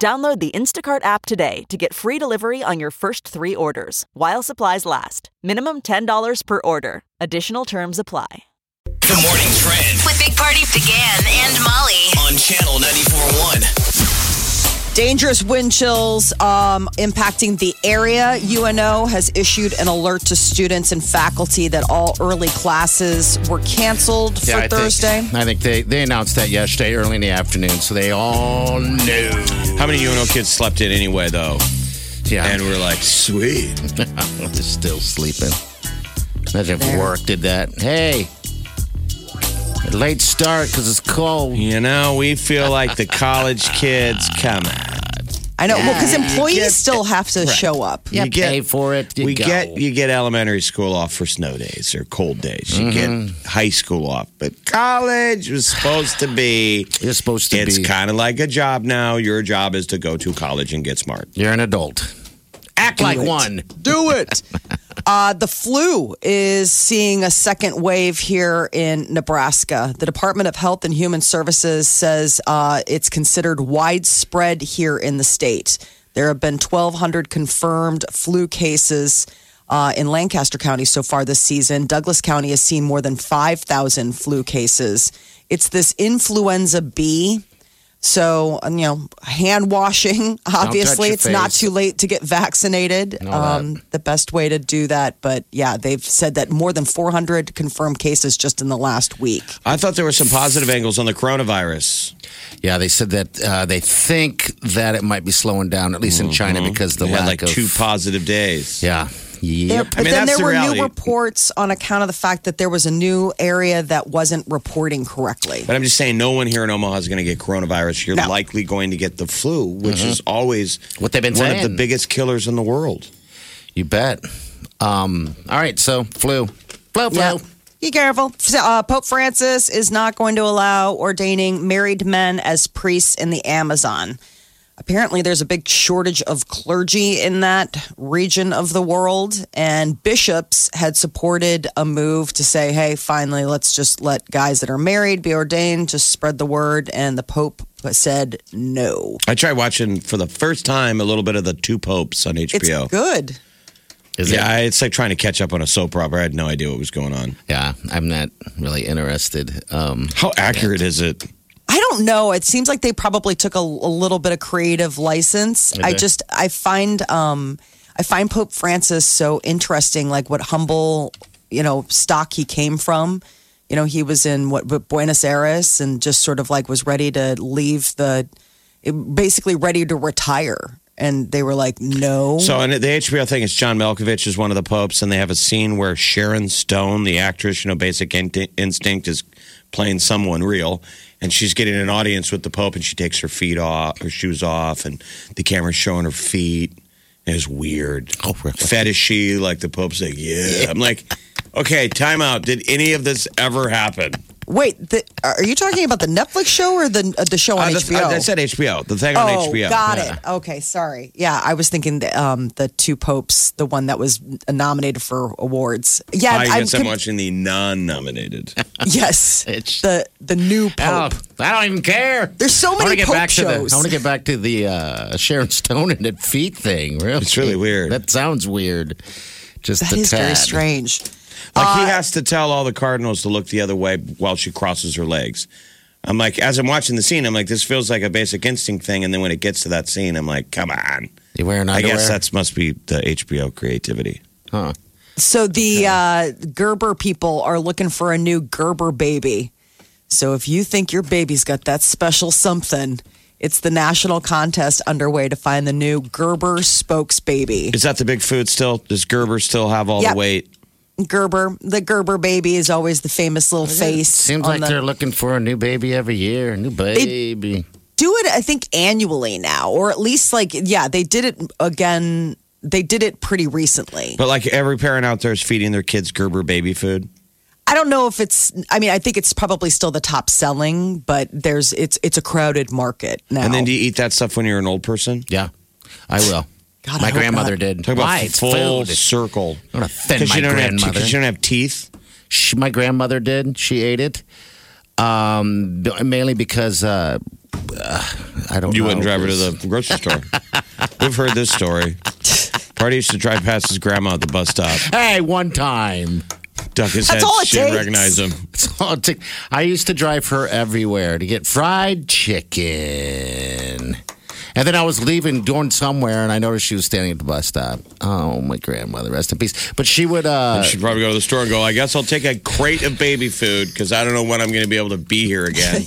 Download the Instacart app today to get free delivery on your first three orders while supplies last. Minimum $10 per order. Additional terms apply. The morning trend with Big Party began and Molly. on channel 941. Dangerous wind chills um, impacting the area. UNO has issued an alert to students and faculty that all early classes were canceled for I Thursday. Think, I think they, they announced that yesterday, early in the afternoon, so they all knew. How many UNO kids slept in anyway, though? Yeah, And we're like, sweet. they're still sleeping. Imagine if work did that. Hey, late start because it's cold. You know, we feel like the college kids. Come on. I know, well, because employees still have to show up. You, You get- pay for it. You we go. get you get elementary school off for snow days or cold days. You Mm-hmm. get high school off, but college was supposed to be. You're supposed to It's be. kind of like a job now. Your job is to go to college and get smart. You're an adult. Act like it. one. Do it. uh, the flu is seeing a second wave here in Nebraska. The Department of Health and Human Services says uh, it's considered widespread here in the state. There have been 1,200 confirmed flu cases uh, in Lancaster County so far this season. Douglas County has seen more than 5,000 flu cases. It's this influenza B. So, you know, hand washing, obviously, your it's not face. too late to get vaccinated. all Um, the best way to do that. But yeah, they've said that more than 400 confirmed cases just in the last week. I thought there were some positive angles on the coronavirus. Yeah, they said that uh, they think that it might be slowing down, at least in China, because the We had lack Mm-hmm. like of two positive days. yeah. Yep. But I mean, then there that's the were reality. new reports on account of the fact that there was a new area that wasn't reporting correctly. But I'm just saying, no one here in Omaha is going to get coronavirus. You're No. likely going to get the flu, which is always Mm-hmm. What they've been one of the saying. biggest killers in the world. You bet. Um, all right, so flu, flu, flu. Yeah. Be careful. So, Uh, Pope Francis is not going to allow ordaining married men as priests in the Amazon. Apparently, there's a big shortage of clergy in that region of the world, and bishops had supported a move to say, hey, finally, let's just let guys that are married be ordained, just spread the word. And the Pope said no. I tried watching for the first time a little bit of the Two Popes on It's HBO. good. Is it? Yeah, I- it's like trying to catch up on a soap opera. I had no idea what was going on. yeah, I'm not really interested. Um, How accurate is it? I don't know. It seems like they probably took a, a little bit of creative license. I they? just I find um I find Pope Francis so interesting, like what humble you know stock he came from. You know, he was in what Bu- Buenos Aires and just sort of like was ready to leave the, basically ready to retire, and they were like, no. So, and the HBO thing is John Malkovich is one of the popes, and they have a scene where Sharon Stone, the actress, you know, Basic In- Instinct, is playing someone real, and she's getting an audience with the Pope, and she takes her feet off, her shoes off, and the camera's showing her feet. It was weird. Oh, really? Fetishy, like the Pope's like, yeah. I'm like, okay, time out. Did any of this ever happen? Wait, the, are you talking about the Netflix show or the uh, the show on Uh, the- HBO? I, I said HBO. The thing on Oh, HBO. got it. Okay, sorry. Yeah, I was thinking the, um, the two popes, the one that was nominated for awards. Yeah, I guess I'm com- watching the non-nominated. Yes, It's- the the new Oh, pope. I don't even care. There's so I wanna many get Pope back to the. shows. I want to get back to the uh, Sharon Stone and the feet thing. Really, It's really weird. That sounds weird. Just That a is very tad. strange. Like he has to tell all the cardinals to look the other way while she crosses her legs. I'm like, as I'm watching the scene, I'm like, this feels like a basic instinct thing. And then when it gets to that scene, I'm like, come on. You wearing I underwear? guess that's must be the HBO creativity. huh. So the uh, Gerber people are looking for a new Gerber baby. So if you think your baby's got that special something, it's the national contest underway to find the new Gerber spokes baby. Is that the big food still? Does Gerber still have all Yep. the weight? Gerber, the Gerber baby is always the famous little face. Seems on like the- they're looking for a new baby every year. A new baby. do it, I think, annually now, or at least like, yeah, they did it again. They did it pretty recently. But like every parent out there is feeding their kids Gerber baby food. I don't know if it's. I mean, I think it's probably still the top selling, but there's it's it's a crowded market now. And then do you eat that stuff when you're an old person? Yeah, I will. God, I my hope grandmother not. did. Talk about Why? It's full food. circle. I'm gonna offend my you don't have grandmother. because you don't have teeth. She, my grandmother did. She ate it. Um, b- mainly because uh, uh, I don't. You know. wouldn't drive her to the grocery store. We've heard this story. Party used to drive past his grandma at the bus stop, Hey, one time. duck his That's head. all it She didn't takes. recognize him. It's all it took. I used to drive her everywhere to get fried chicken. And then I was leaving, going somewhere, and I noticed she was standing at the bus stop. Oh, my grandmother, rest in peace. But she would, uh, She'd probably go to the store and go, I guess I'll take a crate of baby food because I don't know when I'm going to be able to be here again.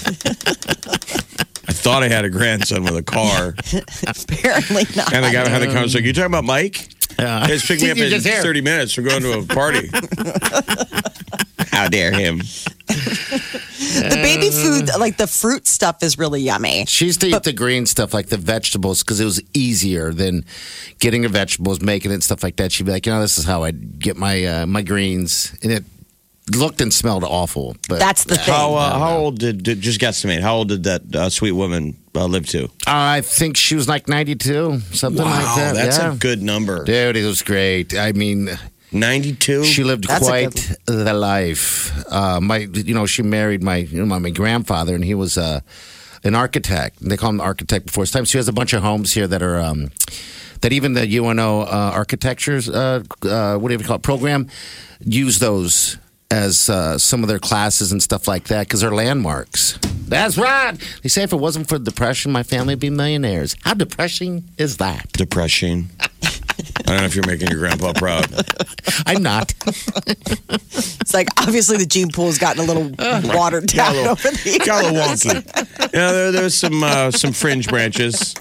I thought I had a grandson with a car. apparently not. And the guy behind the counter was like, You talking about Mike? uh, He was picking me up You're in just here. 30 minutes. We're going to a party. How dare him. the baby food, like the fruit stuff, is really yummy. She used to eat the green stuff, like the vegetables, because it was easier than getting her vegetables, making it, and stuff like that. She'd be like, you know, this is how I get my uh, my greens, and it looked and smelled awful. But That's the thing. How, uh, how old did, did, just guesstimate, how old did that uh, sweet woman uh, live to? I think she was like ninety two, something like that. that's yeah. a good number. dude. It was great. I mean, 92? she lived That's a quite the life. Uh, my, you know, she married my you know, my, my grandfather, and he was uh, an architect. They call him architect before his time. So he has a bunch of homes here that are. Um, that even the UNO uh, architectures, uh, uh, what do you call it, program, use those as uh, some of their classes and stuff like that because they're landmarks. That's right. They say if it wasn't for the depression, my family would be millionaires. How depressing is that? Depression. I don't know if you're making your grandpa proud. I'm not. It's like obviously the gene pool's gotten a little Oh watered down over the years. Got a little wonky. You know, there, there was some uh, some fringe branches.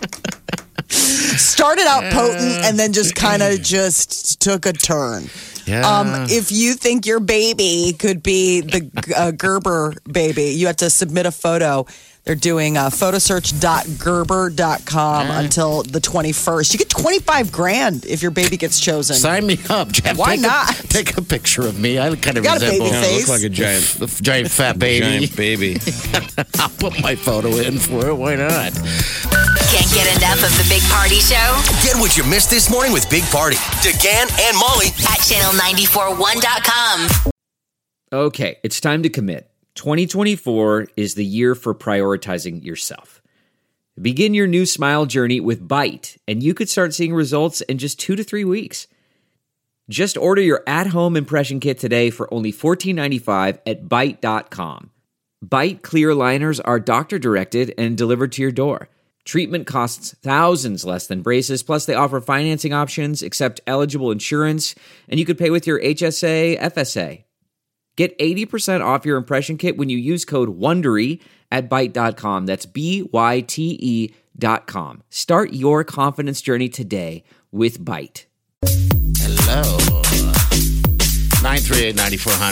Started out potent and then just kind of just took a turn. Yeah. Um, if you think your baby could be the uh, Gerber baby, you have to submit a photo. They're doing uh, photosearch.gerber.com Ah. until the 21st. You get 25 grand if your baby gets chosen. Sign me up, Jeff. Why take not? A, take a picture of me. I kind of got a resemble baby You know, it looked Face. like a giant, a giant fat baby. giant baby. I'll put my photo in for it. Why not? Can't get enough of the Big Party Show Get what you missed this morning with Big Party, DeGan and Molly at channel941.com. Okay, it's time to commit. 2024 is the year for prioritizing yourself. Begin your new smile journey with Bite, and you could start seeing results in just two to three weeks. Just order your at home impression kit today for only $14.95 at Byte.com. Bite clear liners are doctor directed and delivered to your door. Treatment costs thousands less than braces, plus, they offer financing options, accept eligible insurance, and you could pay with your HSA, FSA. Get 80% off your impression kit when you use code WONDERY at Byte.com. That's B-Y-T-E E dot com. Start your confidence journey today with Byte. Hello. 938-9400.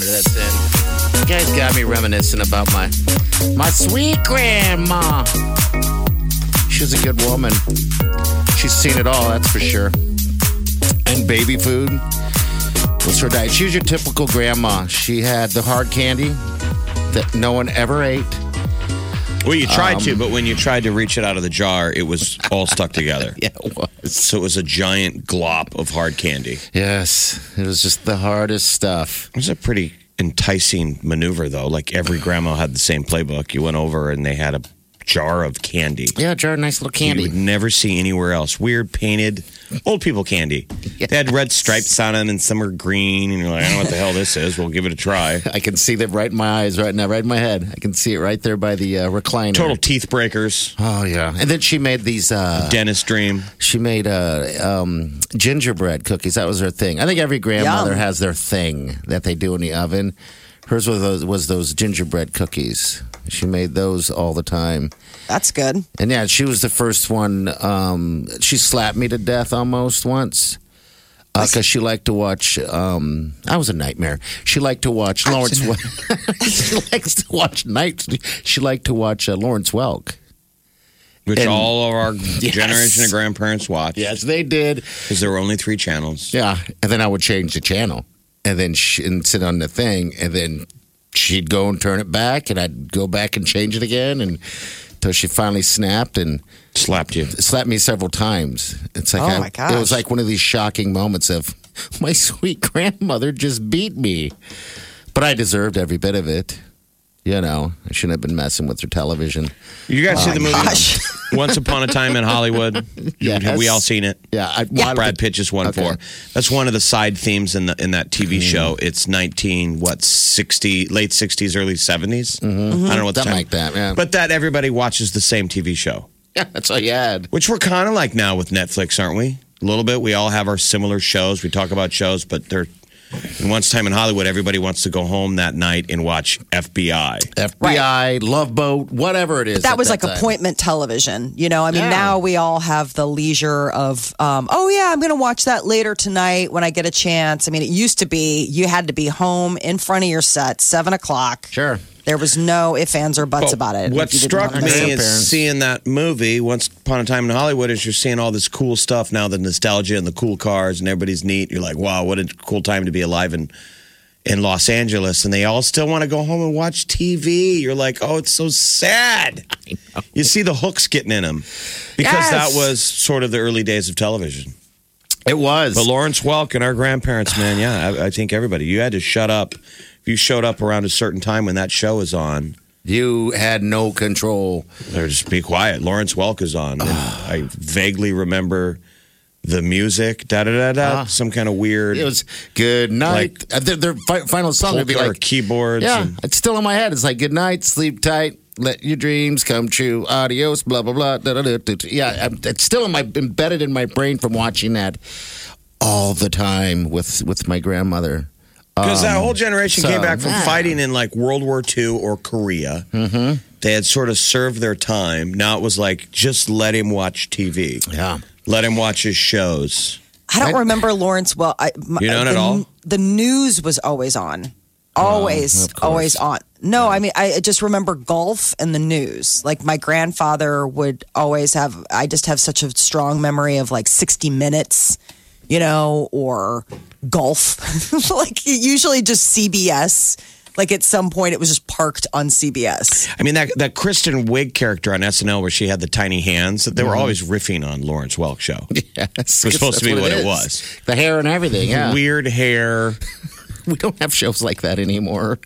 That's it. You guys got me reminiscing about my my sweet grandma. She was a good woman. She's seen it all, that's for sure. And baby food was her diet. She was your typical grandma. She had the hard candy that no one ever ate. Well, you tried Um, to, but when you tried to reach it out of the jar, it was all stuck together. Yeah, it was. So it was a giant glop of hard candy. Yes, it was just the hardest stuff. It was a pretty enticing maneuver, though. Like every grandma had the same playbook. You went over and they had a jar of candy. Yeah, Jared, nice little You would candy. never see anywhere else. Weird painted old people candy. They had red stripes on them and some were green. And you're like, I don't know what the hell this is. We'll give it a try. I can see that right in my eyes right now, right in my head. I can see it right there by the uh, recliner. Total teeth breakers. Oh yeah, and then she made these. Uh, Dennis dream. she made uh, um, gingerbread cookies. That was her thing. I think every grandmother Yum. has their thing that they do in the oven. Hers was those, was those gingerbread cookies. She made those all the time. That's good. And yeah, she was the first one. Um, she slapped me to death almost once because she liked to watch. Um, I was a nightmare. She liked to watch Lawrence. Wel- she likes to watch night. She liked to watch uh, Lawrence Welk. which And- all of our Yes. generation of grandparents watched Yes, they did. because there were only three channels. Yeah, and then I would change the channel, and then she, and sit on the thing, and then she'd go and turn it back, and I'd go back and change it again, and until she finally snapped and Slapped you. slapped me several times. It's like Oh, I- my gosh. it was like one of these shocking moments of my sweet grandmother just beat me, but I deserved every bit of it. You know, I shouldn't have been messing with her television. You Oh guys see the movie Gosh. Once Upon a Time in Hollywood? Yes. We all seen it. Yeah, I, well, I don't Brad think- Pitt just won Okay. Mm-hmm. for. That's one of the side themes in the in that TV show. It's nineteen what sixty late sixties early 70s I don't know what Mm-hmm. the Something time- like that, yeah. But that everybody watches the same TV show, Yeah, that's all you had. which we're kind of like now with Netflix, aren't we? A little bit. We all have our similar shows. We talk about shows, but they're. And once time in Hollywood, everybody wants to go home that night and watch FBI. FBI, Love Boat, whatever it is. But that at was like time. appointment television. You know, I mean, Yeah. now we all have the leisure of, um, oh, yeah, I'm going to watch that later tonight when I get a chance. I mean, it used to be you had to be home in front of your set, seven o'clock. Sure. There was no ifs, ands, or buts Well, about it. What If you didn't struck want to me see it. grandparents. is seeing that movie, Once Upon a Time in Hollywood, is you're seeing all this cool stuff now, the nostalgia and the cool cars, and everybody's neat. You're like, wow, what a cool time to be alive in, in Los Angeles. And they all still want to go home and watch TV. You're like, oh, it's so sad. You see the hooks getting in them because that Yes. was sort of the early days of television. It was. But Lawrence Welk and our grandparents, man, yeah, I, I think everybody, you had to shut up. If you showed up around a certain time when that show was on, You had no control. Or just be quiet. Lawrence Welk is on. And I vaguely remember the music, da da da da, Ah. some kind of weird It was good night. Uh, their, their fi- final song would be polka or like, keyboards. yeah, and- it's still in my head. It's like, good night, sleep tight, let your dreams come true, adios, blah, blah, blah. Da, da, da, da, da. Yeah, I'm- it's still in my embedded in my brain from watching that all the time with, with my grandmother. Because that whole generation Um, so, came back from yeah. fighting in like World War II or Korea. Mm-hmm. They had sort of served their time. Now it was like, just let him watch TV. Yeah. Let him watch his shows. I don't remember Lawrence well. I, my, You don't the, at all? Oh, The news was always on, always, always on. No, I mean I just remember golf and the news. Like my grandfather would always have. I just have such a strong memory of like sixty minutes, you know, or golf. like usually just CBS. Like at some point, it was just parked on CBS. I mean that that Kristen Wiig character on SNL where she had the tiny hands. They Mm-hmm. were always riffing on Lawrence Welk show. Yes, It was supposed to be that's what it is. was. The hair and everything. Yeah. We, Weird hair. we don't have shows like that anymore.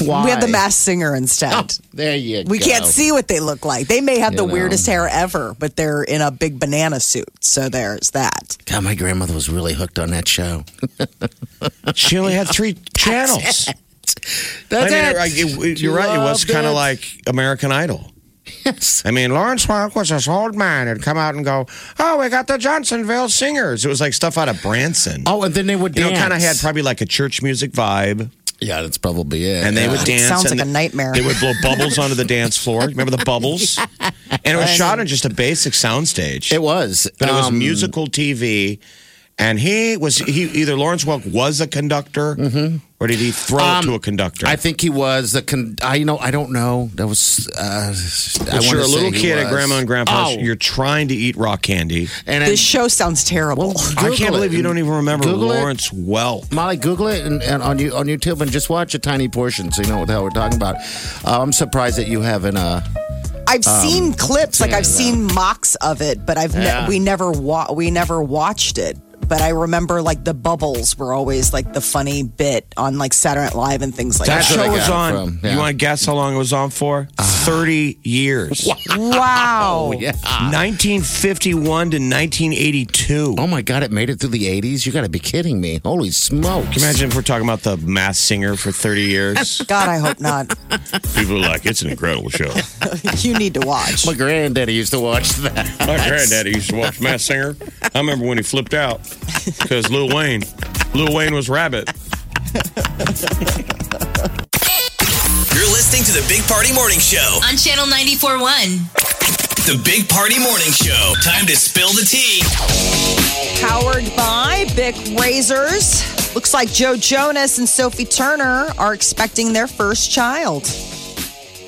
Why? We had the mass singer instead. Oh, there you go. We can't see what they look like. They may have the You know. weirdest hair ever, but they're in a big banana suit. So there's that. God, my grandmother was really hooked on that show. She only had three channels. I That's mean, it. it- it- it- you're right. It was Loved kind of it. like American Idol. Yes. I mean, Lawrence Welk was this old man who'd come out and go, "Oh, we got the Johnsonville Singers." It was like stuff out of Branson. Oh, and then they would you know, dance. kind of had probably like a church music vibe, yeah, that's probably it. and they yeah. would dance. Sounds and like a they- nightmare. They would blow bubbles onto the dance floor. Remember the bubbles? And it was shot on just a basic soundstage. It was, but it was Um, musical TV. And he was he either Lawrence Welk was a conductor, or did he throw Mm-hmm. Um, it to a conductor? I think he was the con. I you know I don't know. That was. Uh, I But wanna you're a say little he kid at was. grandma and grandpa's. Oh, You're trying to eat rock candy. and then- This show sounds terrible. I can't Google it. believe you don't even remember Google it. Lawrence Welk. Molly, Google it and, and on you on YouTube and just watch a tiny portion so you know what the hell we're talking about. Uh, I'm surprised that you haven't. Uh, I've seen clips, like I've seen mocks of it, but I've ne- Yeah. we never wa- we never watched it. But I remember like the bubbles were always like the funny bit on like Saturday Night Live and things like That where show they got was it on. from, yeah. You want to guess how long it was on for? Thirty years. that. Wow. yeah. 1951 to 1982. Oh my God! It made it through the 80s. You got to be kidding me! Holy smokes! Can you imagine if we're talking about the mass singer for 30 years? God, I hope not. People are like, it's an incredible show. you need to watch. My granddaddy used to watch that. My granddaddy used to watch Mass Singer. I remember when he flipped out because Lil Wayne, Lil Wayne was Rabbit. You're listening to the Big Party Morning Show. On Channel 94.1. The Big Party Morning Show. Time to spill the tea. Powered by Bic Razors. Looks like Joe Jonas and Sophie Turner are expecting their first child.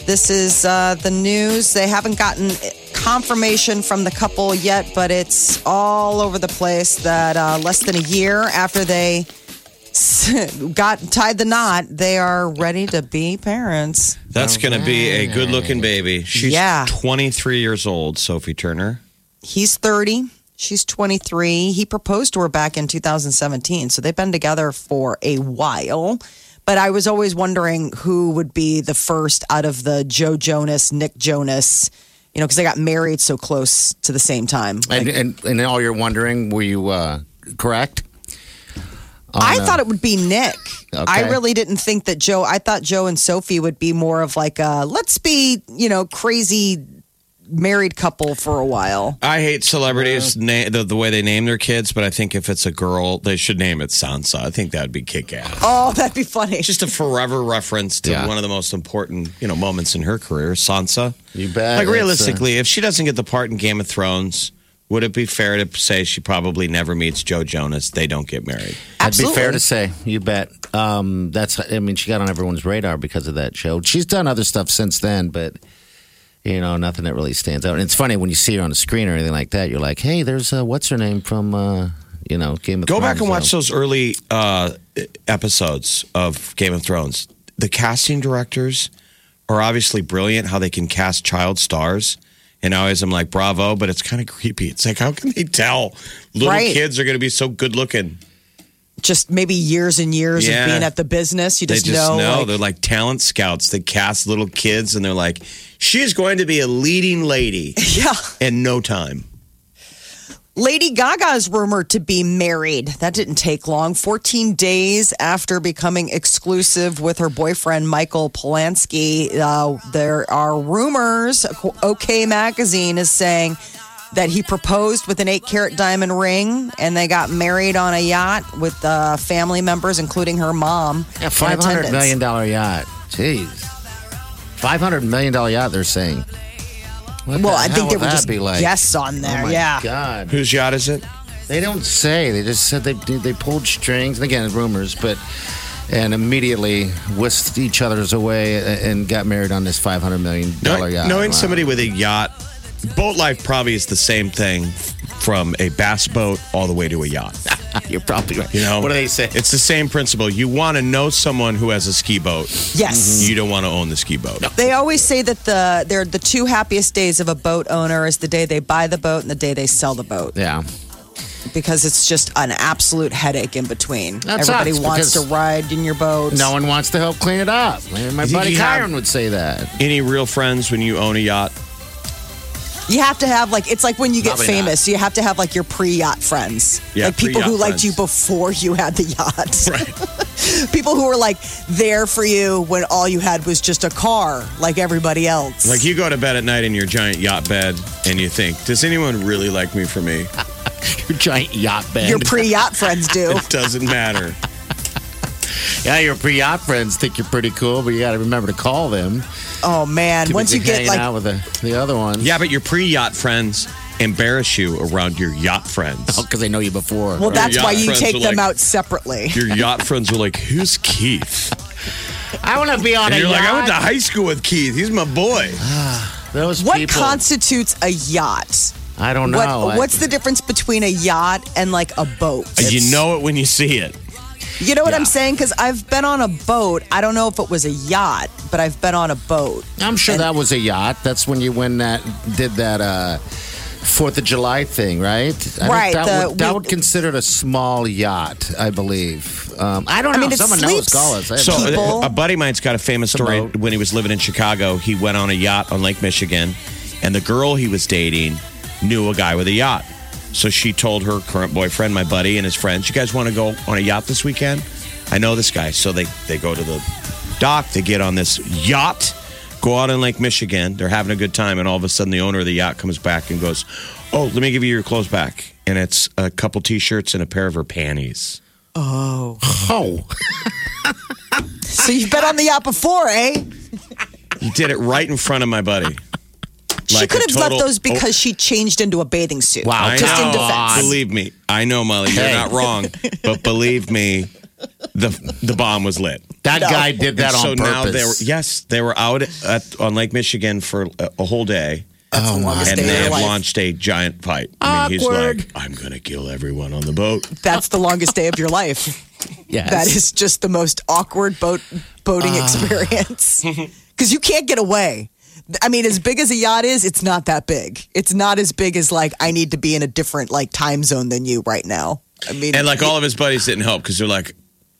This is uh, the news. They haven't gotten confirmation from the couple yet, but it's all over the place that uh, less than a year after they got tied the knot, they are ready to be parents. That's going to be a good looking baby. She's Yeah. 23 years old, Sophie Turner. He's 30. She's 23. He proposed to her back in 2017. So they've been together for a while. But I was always wondering who would be the first out of the Joe Jonas, Nick Jonas, you know, because they got married so close to the same time. And, and and all you're wondering, were you uh, correct? I thought it would be Nick. I Okay. really didn't think that Joe, I thought Joe and Sophie would be more of like a let's be, you know, crazy married couple for a while. I hate celebrities, na- the, the way they name their kids, but I think if it's a girl, they should name it Sansa. I think that'd be kick ass. Oh, that'd be funny. Just a forever reference to Yeah. one of the most important, you know, moments in her career, Sansa. You bet. Like It's, uh, realistically, if she doesn't get the part in Game of Thrones, would it be fair to say she probably never meets Joe Jonas? They don't get married. That'd be fair Absolutely. to say. You bet. Um, that's. I mean, she got on everyone's radar because of that show. She's done other stuff since then, but you know, nothing that really stands out. And it's funny when you see her on a screen or anything like that. You're like, hey, there's uh, what's her name from uh, you know Game of Go Thrones. back and watch So- those early uh, episodes of Game of Thrones. The casting directors are obviously brilliant how they can cast child stars. And always I'm like, bravo, but it's kind of creepy. It's like, how can they tell little Right. kids are going to be so good looking? just maybe years and years Yeah. of being at the business. You They just, just know, like, they're like talent scouts. They cast little kids and they're like, she's going to be a leading lady yeah. in no time. Lady Gaga is rumored to be married. That didn't take long. 14 days after becoming exclusive with her boyfriend, Michael Polanski, uh, there are rumors. OK Magazine is saying that he proposed with an eight carat diamond ring and they got married on a yacht with uh, family members, including her mom. Yeah, in five hundred attendance. million dollar yacht. Jeez, five hundred million dollar yacht. They're saying. What Well, the I hell think they would were that just be like. yes on there. Oh my yeah. God. Whose yacht is it? They don't say. They just said they they pulled strings. And again, rumors, but and immediately whisked each other's away and got married on this five hundred million dollar Knowing, yacht. knowing Wow. somebody with a yacht, boat life probably is the same thing from a bass boat all the way to a yacht. you're probably right. You know what do they say? It's the same principle. You want to know someone who has a ski boat. Mm-hmm. Yes. Mm-hmm. You don't want to own the ski boat. They always say that the they're the two happiest days of a boat owner is the day they buy the boat and the day they sell the boat yeah, because it's just an absolute headache in between. That Everybody sucks, wants to because- ride in your boat. no one wants to help clean it up. My You think buddy you have- Kyron would say that. Any real friends when you own a yacht? You have to have like it's like when you get Probably not. famous, you have to have like your pre-yacht friends. Yeah, like people who pre-yacht liked you before you had the yacht. people who were like there for you when all you had was just a car like everybody else. Like you go to bed at night in your giant yacht bed and you think, does anyone really like me for me? Your giant yacht bed. your pre-yacht friends do. It doesn't matter. yeah, your pre yacht friends think you're pretty cool, but you got to remember to call them. Oh man, Too once busy you get hanging like out with the, the other ones, Yeah, but your pre yacht friends embarrass you around your yacht friends. because Oh, they know you before. Well, that's yacht why you friends take are them like- out separately. Your yacht friends are like, who's Keith? I want to be on And a you're yacht. like, I went to high school with Keith. He's my boy. Those What people, constitutes a yacht? I don't know. What, I- what's the difference between a yacht and like a boat? Uh, you know it when you see it. You know what I'm saying? Because I've been on a boat. I don't know if it was a yacht, but I've been on a boat. I'm sure that was a yacht. That's when you win that did that uh Fourth of July thing, right? I Right, Think that the- would, that we- would consider it a small yacht, I believe. Um, I don't I know. mean, it Someone sleeps. knows. Call us. I have So no idea. People. a buddy of mine's got a famous It's a story Uh, boat. when he was living in Chicago. He went on a yacht on Lake Michigan, and the girl he was dating knew a guy with a yacht. So she told her current boyfriend, my buddy, and his friends, "You guys want to go on a yacht this weekend? I know this guy." So they they go to the dock. They get on this yacht, go out in Lake Michigan. They're having a good time, and all of a sudden, the owner of the yacht comes back and goes, "Oh, let me give you your clothes back." And it's a couple t-shirts and a pair of her panties. oh, So you've been on the yacht before, eh? He did it right in front of my buddy. she Like a could have left total- those because she changed into a bathing suit. Wow. I Just in know. defense. Believe me, I know, Molly. You're Hey. not wrong, but believe me, the the bomb was lit. that guy did that And on so now they were purpose. yes, they were out at, on Lake Michigan for a, a whole day. That's Oh, the my. longest and day of they your have life. launched a giant fight. I mean, Awkward. he's like, I'm going to kill everyone on the boat. That's the longest day of your life. Yes. Uh. That is just the most awkward boat boating experience because you can't get away. I mean, as big as a yacht is, it's not that big. It's not as big as like I need to be in a different like time zone than you right now. I mean, And like all of his buddies didn't help because they're like,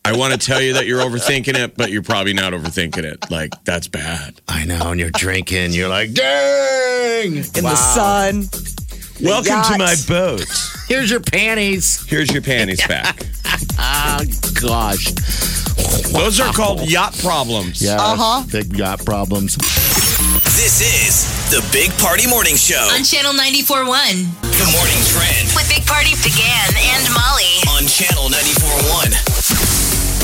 I want to tell you that you're overthinking it, but you're probably not overthinking it. Like, that's bad. I know, and you're drinking. You're like, dang! in the sun. Welcome to yacht. my boat. Here's your panties. Here's your panties back. Oh, gosh. Those are called yacht problems. Yeah. Uh-huh. Big yacht problems. This is the Big Party Morning Show. on Channel 94.1 Good morning, Trend with Big Party began and Molly. on Channel 94.1.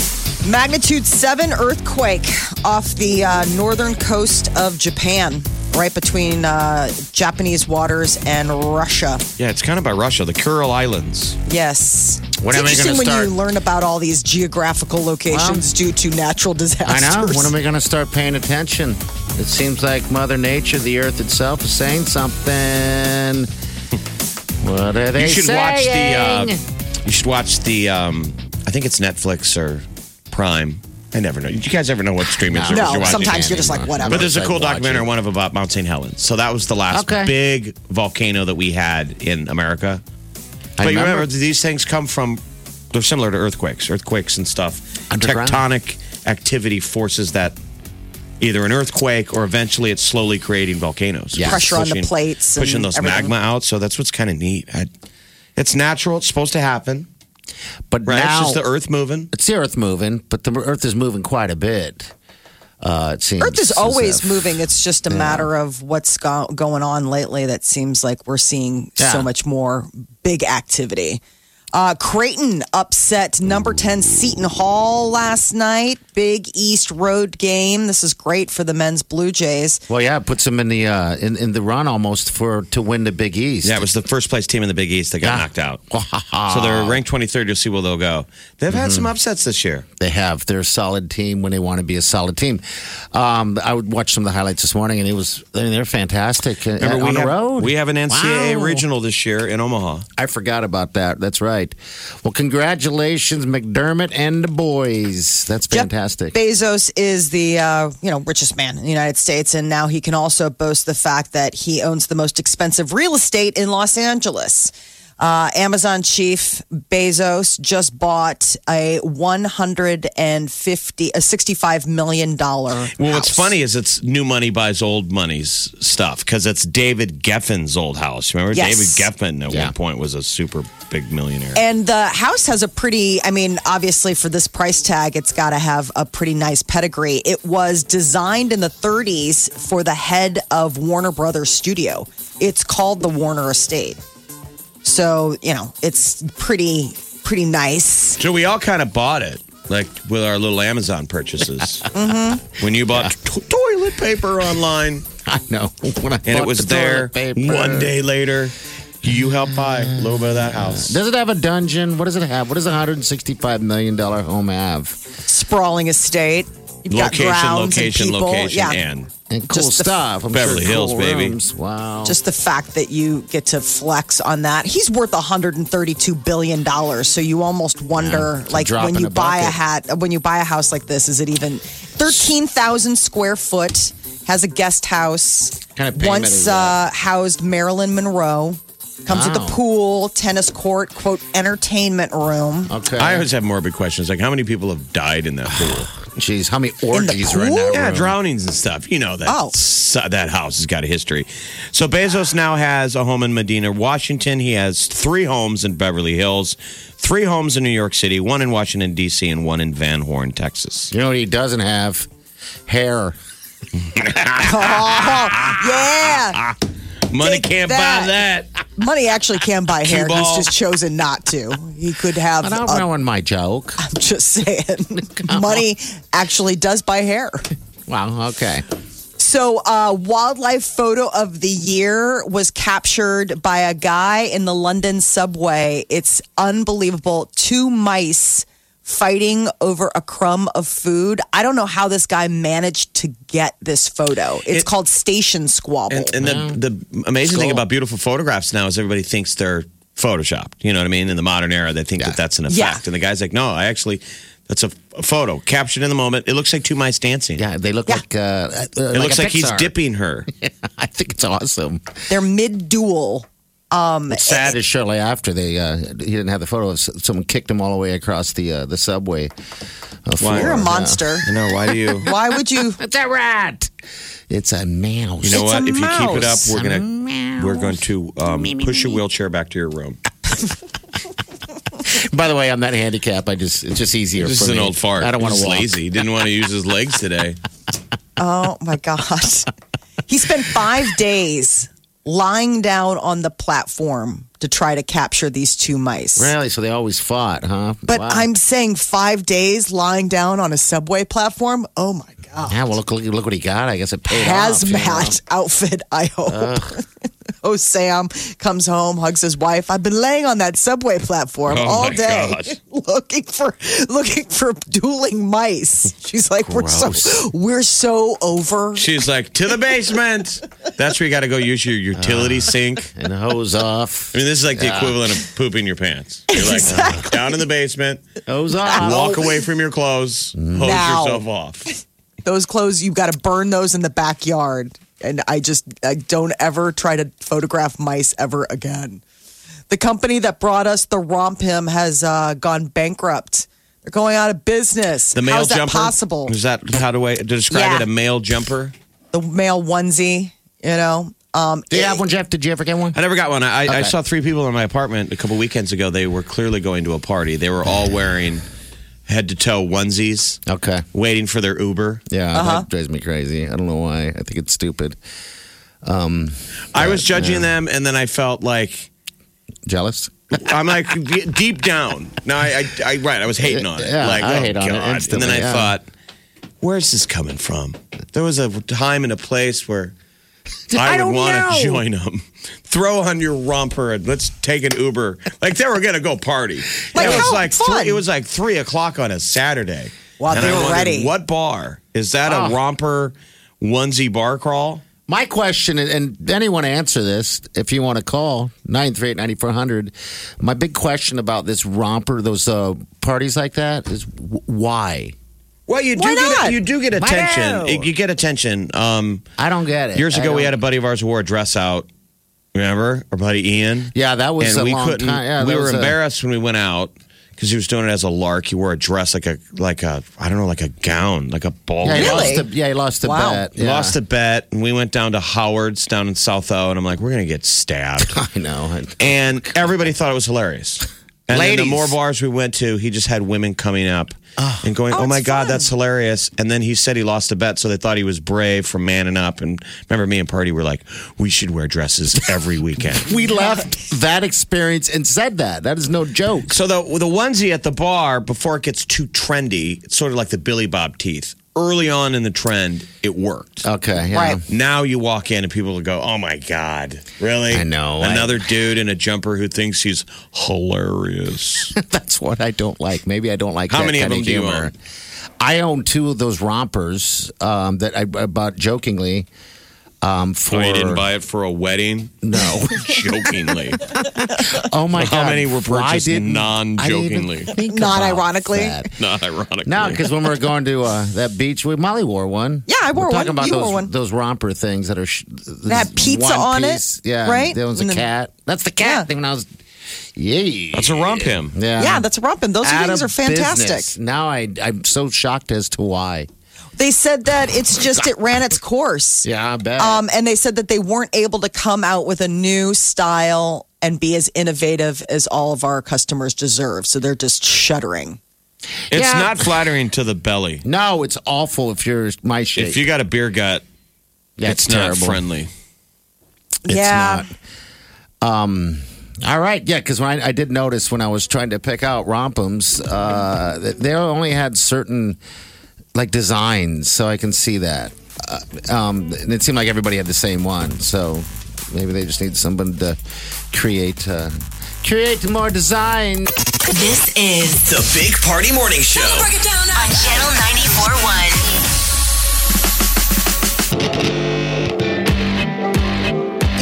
Magnitude 7 earthquake off the uh, northern coast of Japan, right between uh, Japanese waters and Russia. Yeah, it's kind of by Russia, the Kuril Islands. Yes. When it's am I interesting gonna when start? you learn about all these geographical locations due to natural I disasters. know. When am I going to start paying attention? It seems like Mother Nature, the Earth itself, is saying something. What are they You should watch the. saying? Uh, you should watch the. Um, I think it's Netflix or Prime. I never know. You guys ever know what streaming service No, you're watching? sometimes you're just like, whatever. But there's a cool Watch documentary, it. one of about Mount St. Helens. So that was the last Okay. big volcano that we had in I America. But you remember. remember, these things come from, they're similar to earthquakes, earthquakes and stuff. Underground. Tectonic activity forces that either an earthquake or eventually it's slowly creating volcanoes. Yeah. Pressure on the plates and Pushing those everything. magma out. So that's what's kind of neat. I, it's natural. It's supposed to happen. But Right? now it's just the earth moving. it's the Earth moving, but the Earth is moving quite a bit. Uh, it seems Earth is as always if- moving. It's just a matter of what's go- going on lately that seems like we're seeing so Yeah. much more big activity. Uh, Creighton upset number 10 Seton Hall last night. Big East Road game. This is great for the men's Blue Jays. Well, yeah, it puts them in the uh, in, in the run almost for to win the Big East. Yeah, it was the first place team in the Big East that got Yeah. knocked out. so they're ranked 23rd. You'll see where they'll go. They've Mm-hmm. had some upsets this year. They have. They're a solid team when they want to be a solid team. Um, I would watch some of the highlights this morning, and it was. I mean, they're fantastic uh, Remember, on we the have, road. We have an NCAA Wow. regional this year in Omaha. I forgot about that. That's right. Well, congratulations, McDermott and the boys. That's Jeff fantastic. Bezos is the uh, you know richest man in the United States, and now he can also boast the fact that he owns the most expensive real estate in Los Angeles. Uh, Amazon chief Bezos just bought a one hundred and fifty, a sixty-five million dollar. Well, what's funny is it's new money buys old money's stuff because it's David Geffen's old house. Remember, Yes. Eh. David Geffen at Yeah. one point was a super big millionaire. And the house has a pretty, I mean, obviously for this price tag, it's got to have a pretty nice pedigree. It was designed in the 30s for the head of Warner Brothers Studio. It's called the Warner Estate. So, you know, it's pretty, pretty nice. so we all kind of bought it, like with our little Amazon purchases. Mm-hmm. When you bought t- toilet paper online I know. When I and it bought was the there, toilet paper. one day later, you helped buy a little bit of that house. Does it have a dungeon? What does it have? What does a hundred and sixty-five million dollar home have? Sprawling estate. You've got Location, grounds location, and people. location, yeah. and And cool Just the- stuff. I'm Beverly sure cool Hills, baby. rooms. Wow. Just the fact that you get to flex on that. He's worth $132 billion. So you almost wonder, it's a like, drop when in you a buy a bucket. hat, when you buy a house like this, is it even 13,000 square foot, has a guest house, Kind of payment once is uh, housed Marilyn Monroe, comes with Wow. a pool, tennis court, quote, entertainment room. okay. I always have morbid questions like how many people have died in that pool? Jeez, how many orgies are in pool? that Yeah, room? drownings and stuff. You know that Oh. so- that house has got a history. So Bezos now has a home in Medina, Washington. He has three homes in Beverly Hills, three homes in New York City, one in Washington D.C., and one in Van Horn, Texas. You know what he doesn't have? Hair. Oh, yeah. Money Take can't buy that. Money actually can buy hair. ball. He's just chosen not to. He could have. I don't a- ruin my joke. I'm just saying. Money actually does buy hair. Wow. Okay. So, uh, wildlife photo of the year was captured by a guy in the London subway. It's unbelievable. Two mice fighting over a crumb of food. I don't know how this guy managed to get this photo. It's It- called station squabble. And, and the, the amazing thing about beautiful photographs now is everybody thinks they're photoshopped. You know what I mean? In the modern era, they think that that's an effect. Yeah. And the guy's like, no, I actually, that's a, a photo captured in the moment. It looks like two mice dancing. Yeah, they look like. Uh, uh, It looks a like he's Pixar. dipping her. I think it's awesome. They're Um, mid duel. What's sad is shortly after they uh, he didn't have the photo. s- Someone kicked him all the way across the uh, the subway. uh, floor. You're a monster. I know. Why do you? Why would you? It's a rat. It's a mouse. You know It's a what? If you keep it up, mouse. we're gonna we're going to um, push your wheelchair back to your room. By the way, on that handicap, I just it's just easier. This for is an me. old fart. I don't want He's to walk. Lazy. He didn't want to use his legs today. Oh my God. he spent five days lying down on the platform to try to capture these two mice. Really? So they always fought, huh? But Wow. I'm saying five days lying down on a subway platform. Oh my God. Yeah, well, look, look, look what he got. I guess it paid off. you know? Hazmat outfit, I hope. oh, Sam comes home, hugs his wife. I've been laying on that subway platform Oh all my day gosh. looking for looking for dueling mice. She's like, we're so we're so over. She's like to the basement. That's where you got to go use your utility Uh. sink. And hose off. I mean, this is like the equivalent of pooping your pants. You're like Exactly. down in the basement, Hose off. walk away from your clothes, hose Now. yourself off. those clothes you've got to burn those in the backyard and i just I don't ever try to photograph mice ever again the company that brought us the romp him has uh, gone bankrupt they're going out of business The male How's jumper. that possible Is that how do I describe Yeah. it? A male jumper. the male onesie you know um, Do you have one, Jeff? Did you ever get one? I never got one. I, I Okay. saw three people in my apartment a couple weekends ago. They were clearly going to a party. They were all wearing head to toe onesies, Okay. waiting for their Uber. Yeah, Uh-huh. that drives me crazy. I don't know why. I think it's stupid. I was judging them, and then I felt like Jealous? I'm like d- deep down. No, I, I, I right. I was hating on it. Yeah, like, I oh, hate on it God. And instantly, then I yeah. thought, where's this coming from? There was a time and a place where I, would want to join them. Throw on your romper and let's take an Uber. Like they were gonna go party. Like, it was how like fun. Three, it was like three o'clock on a Saturday. Wow, and they I were wondered, ready. What bar is that? A romper onesie bar crawl? My question, and- and anyone answer this if you want to call 938 9400. My big question about this romper, those uh, parties like that, is w- why? Well, you do Why get not? you do get not? attention. You get attention. Um, I don't get it. Years I ago, we had don't- a buddy of ours who wore a dress out. Remember our buddy Ian? Yeah, that was and a we long couldn't. time. Yeah, we that were was a- embarrassed when we went out because he was doing it as a lark. He wore a dress like a like a I don't know like a gown like a ball. Yeah, he Really? lost the, yeah, he lost the Wow. bet. We Yeah. Lost a bet, and we went down to Howard's down in South O, and I'm like, we're gonna get stabbed. I know. and everybody thought it was hilarious. And then the Ladies. Ah. more bars we went to, he just had women coming up and going, "Oh, my god, that's hilarious!" And then he said he lost a bet, so they thought he was brave for manning up. And remember, me and Party were like, "We should wear dresses every weekend." We left that experience and said that. That is no joke. so the the onesie at the bar before it gets too trendy, it's sort of like the Billy Bob teeth. Early on in the trend, it worked. Okay. Yeah. Right. Now you walk in and people will go, "Oh my god, really?" I know. another dude in a jumper who thinks he's hilarious. That's what I don't like. Maybe I don't like How that many of kind them do you humor. own? I own two of those rompers um, that I I bought jokingly. Um, for Oh, you didn't buy it for a wedding? no. Jokingly. Oh my How god! many were I purchased didn't- non-jokingly? I didn't think Not about ironically? that. Not ironically. No, because when we were going to uh, that beach, we, Molly wore one. Yeah, I wore one. we're talking About You those, wore one. Those romper things that are sh- That this pizza on one it, piece. Yeah, right? That was a And the- cat. That's the cat Yeah. thing. When I was, yay. That's a romp him. yeah, yeah that's romping those Out things of are fantastic business. Now I, I'm so shocked as to why. they said that it's just it ran its course Yeah, I bet. Um, and they said that they weren't able to come out with a new style and be as innovative as all of our customers deserve. So they're just shuddering. It's Yeah. not flattering to the belly. no, it's awful if you're my shape. If you got a beer gut, yeah, it's, not friendly. It's yeah. not. Um, All right, yeah, because when I, I did notice when I was trying to pick out rompums, uh, th- they only had certain like designs, so I can see that. Uh, um, and it seemed like everybody had the same one, so maybe they just need someone to create uh, Create more design. This is The Big Party Morning Show. it down on Channel 94.1.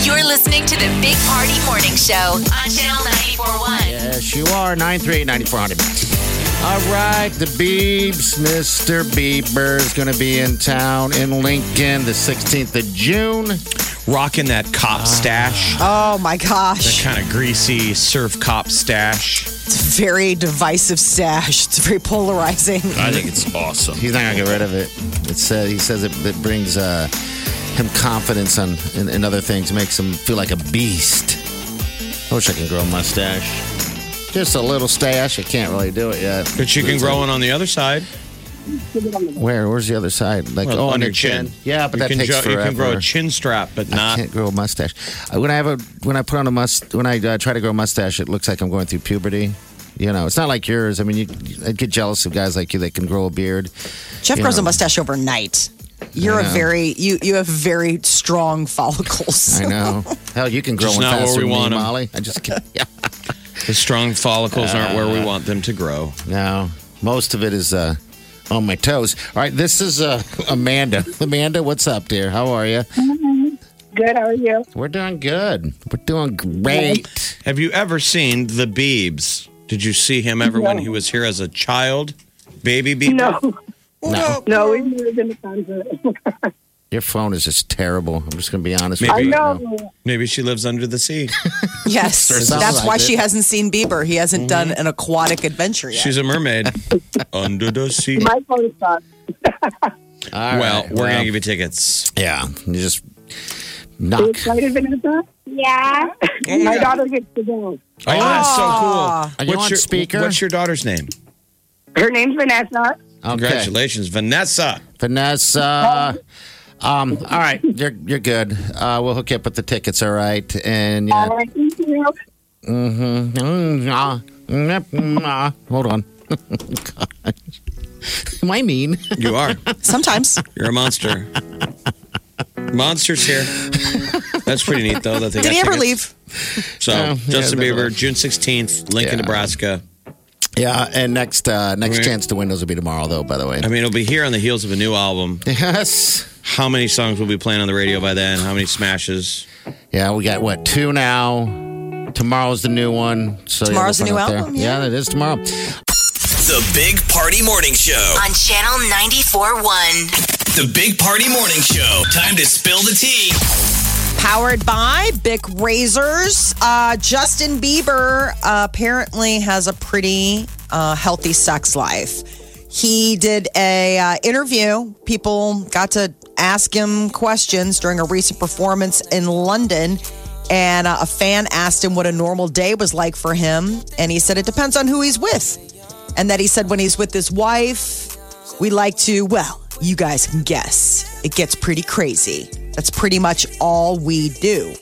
You're listening to the Big Party Morning Show on Channel 94.1. Yes, you are. 938-9400. All right, the Biebs, Mr. Bieber is going to be in town in Lincoln the 16th of June. Rocking that Ah. cop stash, Oh my gosh. kind of greasy surf cop stash. It's a very divisive stash. It's very polarizing. I think it's awesome. He's not going to get rid of it. It says he says it, it brings uh, him confidence on in, in other things, makes him feel like a beast. I wish I could grow a mustache. Just a little stash. I can't really do it yet. But you can grow one on the other side. Where? Where's the other side? Like Well, oh, on on your your chin. chin. Yeah, but you that can takes jo- forever. You can grow a chin strap, but I not. can't grow a mustache. Uh, When I have a when I put on a must when I uh, try to grow a mustache, it looks like I'm going through puberty. You know, it's not like yours. I mean, you, I get jealous of guys like you that can grow a beard. Jeff You grows a know. mustache overnight. You're a know. very you you have very strong follicles. I know. Hell, you can grow Just one not where faster we than me, want 'em. Molly. I just can't. Yeah. The strong follicles aren't where Uh. we want them to grow. No, most of it is uh, on my toes. All right, this is uh, Amanda. Amanda, what's up, dear? How are you? Mm-hmm. Good, how are you? We're doing good. We're doing great. Have you ever seen the Beebs? Did you see him ever when he was here as a child? Baby Bieber? No, No, no, we've never been to concert. your phone is just terrible. I'm just gonna be honest. Maybe. With I you right now. know. Maybe she lives under the sea. Yes, sounds that's like why it. Mm-hmm. she hasn't seen Bieber. He hasn't done an aquatic adventure yet. She's a mermaid. under the sea. My phone is not. All Well, right, we're going to give you tickets. Yeah, you just Are you knock. excited, Vanessa? Yeah. My daughter gets to go. Oh, that's so cool. Are you on your speaker? What's your daughter's name? Her name's Vanessa. Okay. Congratulations, Vanessa. Vanessa. Um, all right, you're you're good. Uh, we'll hook you up with the tickets. All right, and yeah. All right, thank you. Mm, ah, Uh, mm, mm, ah. Hold on. Gosh. Am I mean? You are. Sometimes You're a monster. Monsters here. That's pretty neat, though. That they did got he ever leave? tickets. So, Oh, Yeah, Justin they Bieber, left. June 16th, Lincoln, Yeah. Nebraska. Yeah, and next uh, next Right. chance to win those will be tomorrow, though. By the way, I mean, it'll be here on the heels of a new album. yes. How many songs will be playing on the radio by then? How many smashes? Yeah, we got what two now. Tomorrow's the new one. So yeah, Tomorrow's we'll the find new out album, There. yeah. Yeah. it is tomorrow. The Big Party Morning Show. On Channel 94.1. The Big Party Morning Show. Time to spill the tea. Powered by Bic Razors. Uh, Justin Bieber uh, apparently has a pretty uh, healthy sex life. He did a uh, interview. People got to ask him questions during a recent performance in London, and uh, a fan asked him what a normal day was like for him, and he said it depends on who he's with, and that he said when he's with his wife, we like to, well, you guys can guess. It gets pretty crazy. That's pretty much all we do.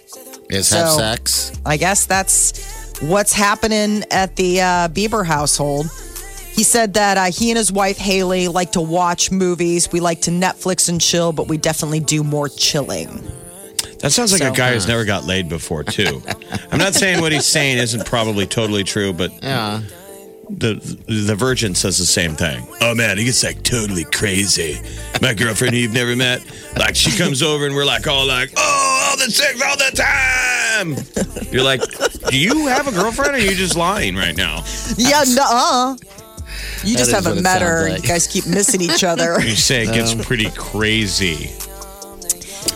Is have So- sex. I guess that's what's happening at the uh, Bieber household. He said that uh, he and his wife Haley like to watch movies. We like to Netflix and chill, but we definitely do more chilling. That sounds like So- a guy who's never got laid before, too. I'm not saying what he's saying isn't probably totally true, but Yeah. the the Virgin says the same thing. Oh man, it gets like totally crazy. My girlfriend who you've never met, like she comes over and we're like all like, oh, all the sex all the time. You're like, do you have a girlfriend? Or are you just lying right now? Yeah, nuh-uh. You just is what haven't it met her. sounds like. You guys keep missing each other. You say it gets pretty crazy.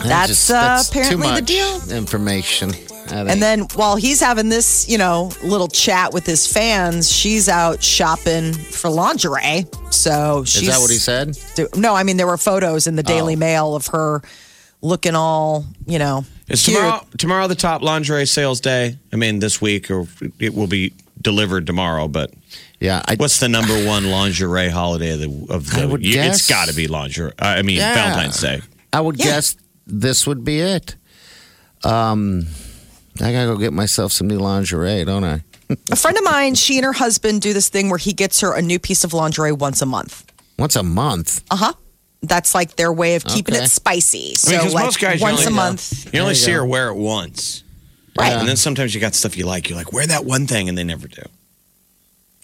That's, uh, too apparently the much deal. Information. And then while he's having this, you know, little chat with his fans, she's out shopping for lingerie. So is she's that what he said? Oh. do- no, I mean there were photos in the Daily Mail of her looking all, you know, Is cute. tomorrow tomorrow the top lingerie sales day? I mean, this week or it will be delivered tomorrow. But Yeah. I, what's the number one lingerie holiday of the, of the I would year? It's guess- got to be lingerie. uh, I mean, Yeah. Valentine's Day. I would Yeah. guess this would be it. Um, I gotta go get myself some new lingerie, don't I? A friend of mine, she and her husband do this thing where he gets her a new piece of lingerie once a month. Once a month. Uh-huh. That's like their way of keeping Okay. it spicy. So I mean, 'cause like most guys you once only a go- month. You only There you see go. her wear it once. Right. And then sometimes you got stuff you like. You're like, wear that one thing, and they never do.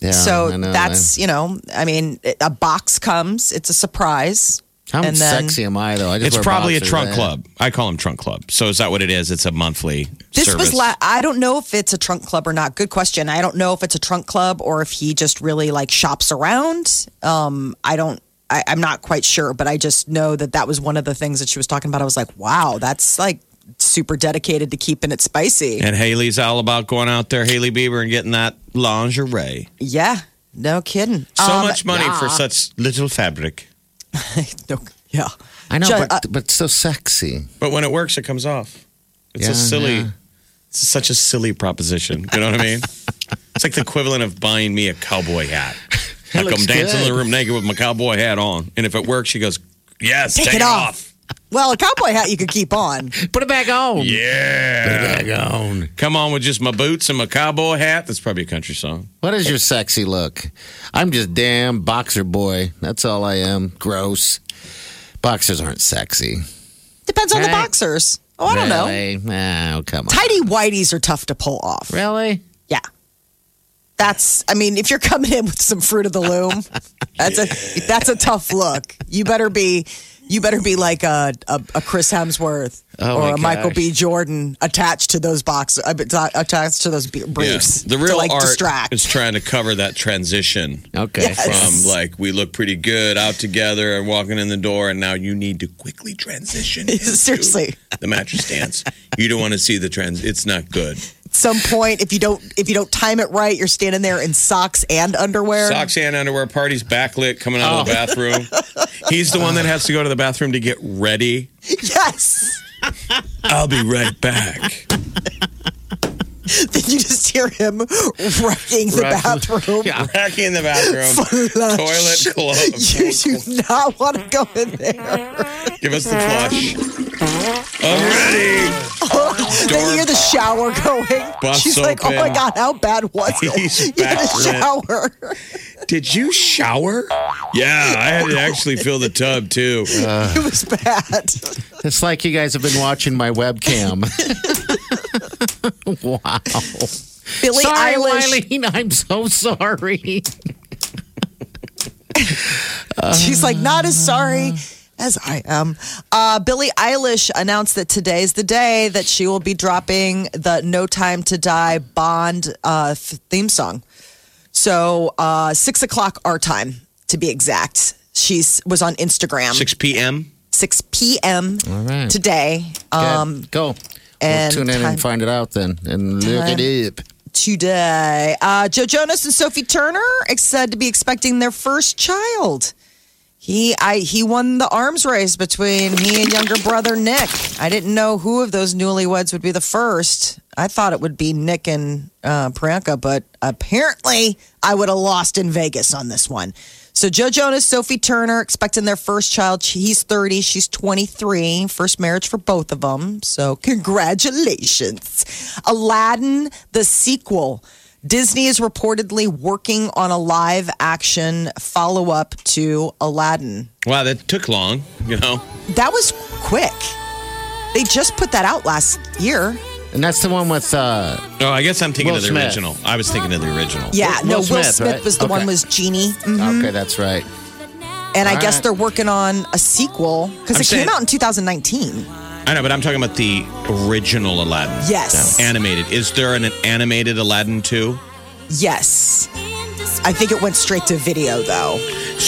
Yeah, so I know, that's, you know, I mean, it- a box comes, it's a surprise. I- how and then- sexy am I though? I just It's wear probably a boxers, trunk right? club. I call them trunk club. So is that what it is? It's a monthly. This service. was, la- I don't know if it's a trunk club or not. Good question. I don't know if it's a trunk club or if he just really like shops around. Um, I don't, I, I'm not quite sure, but I just know that that was one of the things that she was talking about. I was like, wow, that's like super dedicated to keeping it spicy. And Haley's all about going out there, Haley Bieber, and getting that lingerie. Yeah. No kidding. So Um, much money for such little fabric. no- yeah. I know, Ju- but uh, but so sexy. But when it works, it comes off. It's Yeah, a silly, yeah. it's such a silly proposition. You know what I mean? it's like the equivalent of buying me a cowboy hat. It Like I'm looks dancing in good. the room naked with my cowboy hat on. And if it works, she goes, Yes, take, Take it it off. well, a cowboy hat you could keep on. Put it back on. Yeah. Put it back on. Come on with just my boots and my cowboy hat. That's probably a country song. What is your sexy look? I'm just damn boxer boy. That's all I am. Gross. Boxers aren't sexy. Depends on the Right. boxers. Oh, I don't know. really? know. Oh, come on. Tidy whiteys are tough to pull off. Really? Yeah. That's I mean, if you're coming in with some fruit of the loom, that's a that's a tough look. You better be you better be like a a, a Chris Hemsworth Oh, or my a Michael gosh. B. Jordan attached to those boxes uh, attached to those b- briefs. The real to like art distract. is trying to cover that transition Okay. from like we look pretty good out together and walking in the door, and now you need to quickly transition. into Seriously. the mattress dance. You don't want to see the trends. It's not good. At some point, if you don't if you don't time it right, you're standing there in socks and underwear. Socks and underwear parties backlit coming out of Oh. the bathroom. He's the one that has to go to the bathroom to get ready. Yes. I'll be right back. Then you just hear him wrecking the Right. bathroom. Back in the bathroom. Toilet glove. You do not want to go in there. Give us the flush. I'm ready. They hear the shower going. Bus She's like, oh my open. God, how bad was it? He's you had a back lit. shower. Did you shower? Yeah, I had to actually fill the tub too. it was bad. It's like you guys have been watching my webcam. wow. Billie sorry, Eilish. Eileen. I'm so sorry. She's like, not as sorry as I am. Uh, Billie Eilish announced that today is the day that she will be dropping the No Time to Die Bond uh, f- theme song. So, uh, six o'clock our time, to be exact. She was on Instagram, 6, 6 p.m. p.m. right. today. Um, Good. Go. and we'll tune in time- and find it out then. And look it up. today. Uh, Joe Jonas and Sophie Turner are said to be expecting their first child. He I he won the arms race between he and younger brother Nick. I didn't know who of those newlyweds would be the first. I thought it would be Nick and uh, Priyanka, but apparently I would have lost in Vegas on this one. So Joe Jonas, Sophie Turner expecting their first child. She- He's 30, she's 23. First marriage for both of them. So congratulations. Aladdin the sequel. Disney is reportedly working on a live action follow up to Aladdin. Wow, that took long, you know. That was quick. They just put that out last year. And that's the one with uh No, Oh, I guess I'm thinking Will of the Smith. original. I was thinking of the original. Yeah, Will- no, Will Will Smith, Smith, right? was the one Okay. was Genie. Mm. Okay, that's right. And I All guess right. they're working on a sequel because I'm it came saying- out in 2019. I know, but I'm talking about the original Aladdin. Yes. Animated. Is there an, animated Aladdin too? Yes. I think it went straight to video though.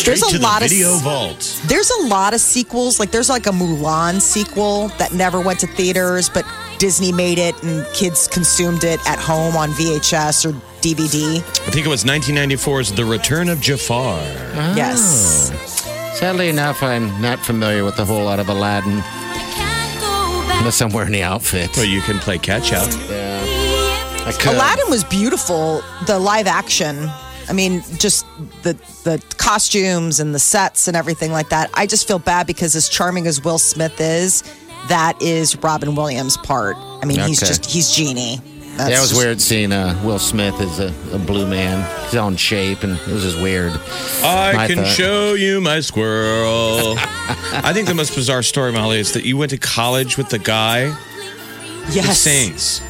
There's a to lot the of video vault. There's a lot of sequels. Like there's like a Mulan sequel that never went to theaters, but Disney made it and kids consumed it at home on VHS or DVD. I think it was 1994's The Return of Jafar. Yes. Oh. Sadly enough, I'm not familiar with a whole lot of Aladdin unless I'm wearing the outfit. Well, you can play catch up. I could. Aladdin was beautiful. The live action. I mean, just the the costumes and the sets and everything like that. I just feel bad because as charming as Will Smith is, that is Robin Williams' part. I mean, he's Okay. just he's genie. That's Yeah, it was just- weird seeing uh, Will Smith as a, a blue man. He's all in shape, and it was just weird. I My can thought. show you my squirrel. I think the most bizarre story, Molly, is that you went to college with the guy who Yes. sings.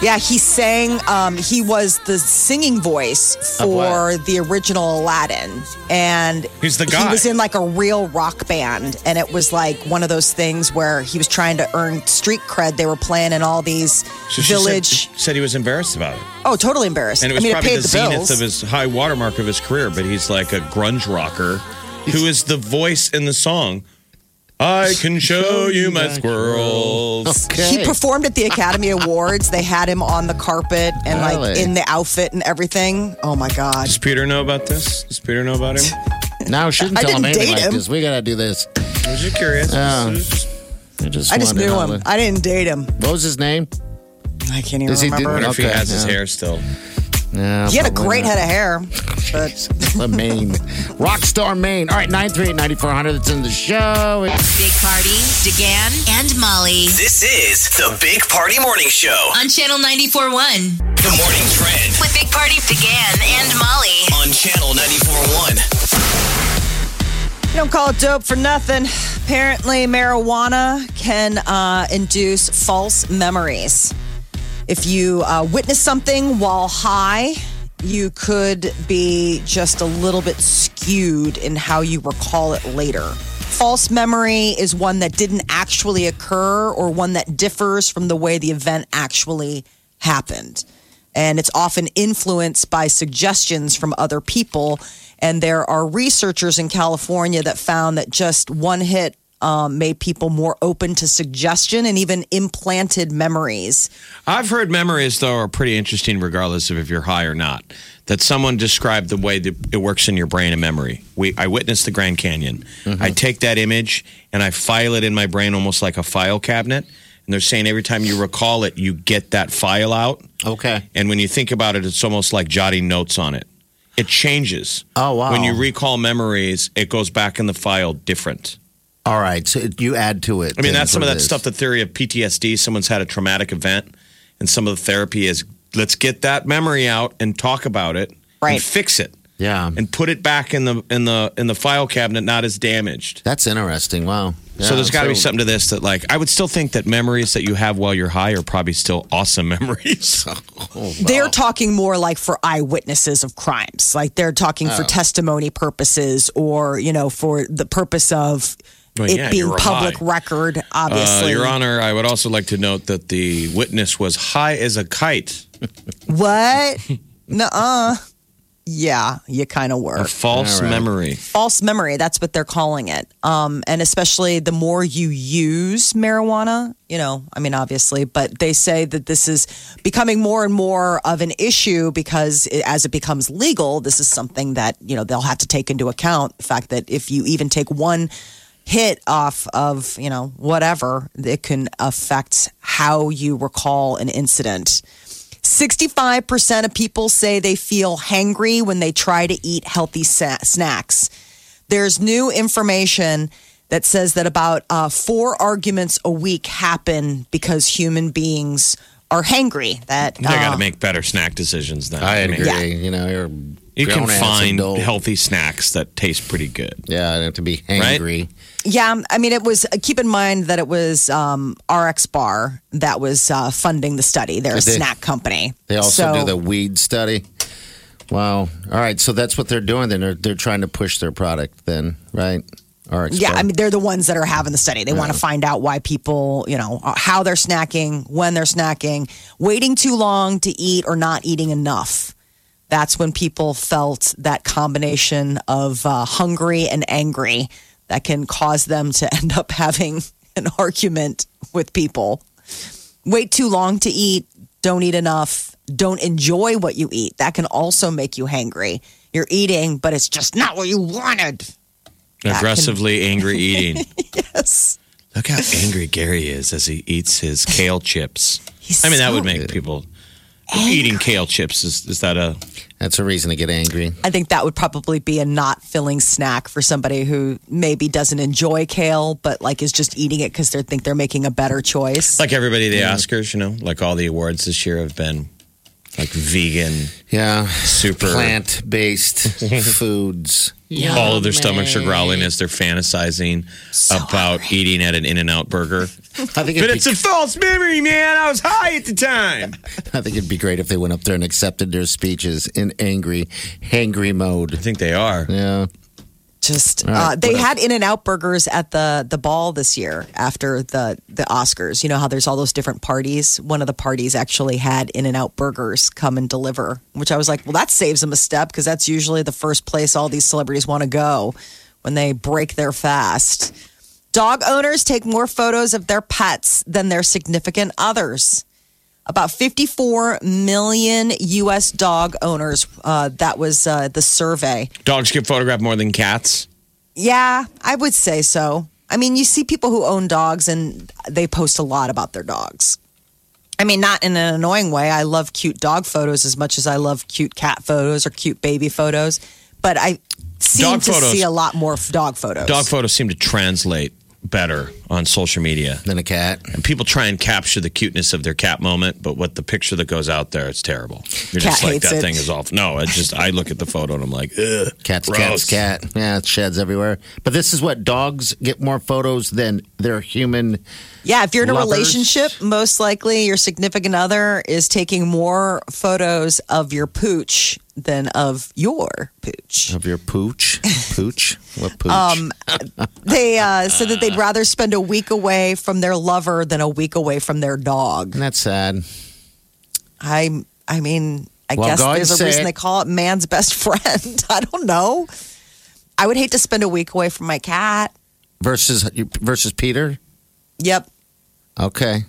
Yeah, he sang. Um, he was the singing voice for the original Aladdin, and He's the He guy. was in like a real rock band, and it was like one of those things where he was trying to earn street cred. They were playing in all these So she said- village. said he was embarrassed about it. oh, totally embarrassed. And it was I mean, it probably paid the, the, zenith bills. of his high watermark of his career, but he's like a grunge rocker who is the voice in the song. I can show you my squirrels. He performed at the Academy Awards. They had him on the carpet and like Really? in the outfit and everything. Oh my god! Does Peter know about this? Does Peter know about him? Now we shouldn't I tell him didn't anything date like him. this. We gotta do this. I was just curious. Yeah. I just, I just wanted knew all him. the- I didn't date him. What was his name? I can't even Is he- remember. I wonder if he Okay, has his yeah. hair still. Yeah, He had a probably great not. head of hair, but The Maine. Rockstar Maine. All right, 938 9400. That's in the show. Big Party, DeGan, and Molly This is the Big Party Morning Show. on Channel 94.1 The morning trend with Big Party, DeGan, and Molly. on Channel 94.1. you don't call it dope for nothing. Apparently, marijuana can uh, induce false memories. If you uh, witness something while high, you could be just a little bit skewed in how you recall it later. False memory is one that didn't actually occur or one that differs from the way the event actually happened. And it's often influenced by suggestions from other people. And there are researchers in California that found that just one hit um, made people more open to suggestion and even implanted memories. I've heard memories though are pretty interesting, regardless of if you're high or not. That someone described the way that it works in your brain and memory. We, I witnessed the Grand Canyon. Mm-hmm. I take that image and I file it in my brain almost like a file cabinet. And they're saying every time you recall it, you get that file out. Okay. And when you think about it, it's almost like jotting notes on it. It changes. Oh, wow. When you recall memories, it goes back in the file different. All right. So you add to it. I mean, then, that's is some of what that it is. stuff, the theory of PTSD. Someone's had a traumatic event, and some of the therapy is let's get that memory out and talk about it Right. and fix it Yeah. and put it back in the in the in the file cabinet not as damaged. That's interesting. Wow. so Yeah, there's got to be so- something to this that like I would still think that memories that you have while you're high are probably still awesome memories. They're talking more like for eyewitnesses of crimes. Like they're talking Oh. for testimony purposes or, you know, for the purpose of Well, it yeah, being you're public high. record, Uh, obviously. Your Honor, I would also like to note that the witness was high as a kite. what? Nuh-uh. Yeah, you kind of Uh, were. A false memory. false memory. That's what they're calling it. Um, and especially the more you use marijuana, you know, I mean, obviously, but they say that this is becoming more and more of an issue because it, as it becomes legal, this is something that, you know, they'll have to take into account the fact that if you even take one hit off of, you know, whatever, it can affect how you recall an incident. 65% of people say they feel hangry when they try to eat healthy sa- snacks. There's new information that says that about uh, four arguments a week happen because human beings are hangry. That They got uh, to make better snack decisions then. I mean, agree. Yeah. You know, you're a You can grown-ass find adult. healthy snacks that taste pretty good. Yeah, I have to be Right? angry. Yeah, I mean, it was. uh, Keep in mind that it was um, RX Bar that was uh, funding the study. They're a They- snack company. They also So- do the weed study. Wow. All right. So that's what they're doing. Then they're, they're trying to push their product. Then right. All right. Yeah, I mean, they're the ones that are having the study. They want to find out why people, you know, uh, how they're snacking, when they're snacking, waiting too long to eat or not eating enough. That's when people felt that combination of uh, hungry and angry that can cause them to end up having an argument with people. Wait too long to eat, don't eat enough, don't enjoy what you eat. That can also make you hangry. You're eating, but it's just not what you wanted. Aggressively angry eating. Yes. Look how angry Gary is as he eats his kale chips. He's I mean, that so would make people eating kale chips. Is, is that a That's a reason to get angry. I think that would probably be a not filling snack for somebody who maybe doesn't enjoy kale, but like is just eating it because they think they're making a better choice. like everybody at the Oscars? You know, like all the awards this year have been like vegan. Yeah. Super- plant based foods. All of their stomachs are growling as they're fantasizing about eating at an In N Out burger. I think, But it'd it's a be, false memory, man. I was high at the time. I think it'd be great if they went up there and accepted their speeches in angry, hangry I mode. think they are. Yeah. Just right, uh, they what had In and Out burgers at the the ball this year after the the Oscars. You know how there's all those different parties. One of the parties actually had In and Out burgers come and deliver, which I was like, well, that saves them a step because that's usually the first place all these celebrities want to go when they break their fast. Dog owners take more photos of their pets than their significant others. About 54 million U.S. dog owners. Uh, that was uh, the survey. Dogs get photographed more than cats. Yeah, I would say so. I mean, you see people who own dogs and they post a lot about their dogs. I mean, not in an annoying way. I love cute dog photos as much as I love cute cat photos or cute baby photos, but I seem Dog to photos. see a lot more f- dog photos. Dog photos seem to translate better on social media. Then a cat. And people try and capture the cuteness of their cat moment, but what the picture that goes out there, it's terrible. You're Cat just like, hates that it. thing is off. No, it's just, I look at the photo and I'm like, ugh. Cat's gross. cat's cat. Yeah, it sheds everywhere. But this is what dogs get more photos than their human. yeah, if you're in a lovers. relationship, most likely your significant other is taking more photos of your pooch than of your pooch. Of your pooch, pooch, what pooch? Um, They uh, said that they'd rather spend a week away from their lover than a week away from their dog. That's sad. I I mean, I Well, guess God there's a said- reason they call it man's best friend. I don't know. I would hate to spend a week away from my cat. Versus versus Peter. Yep. Okay.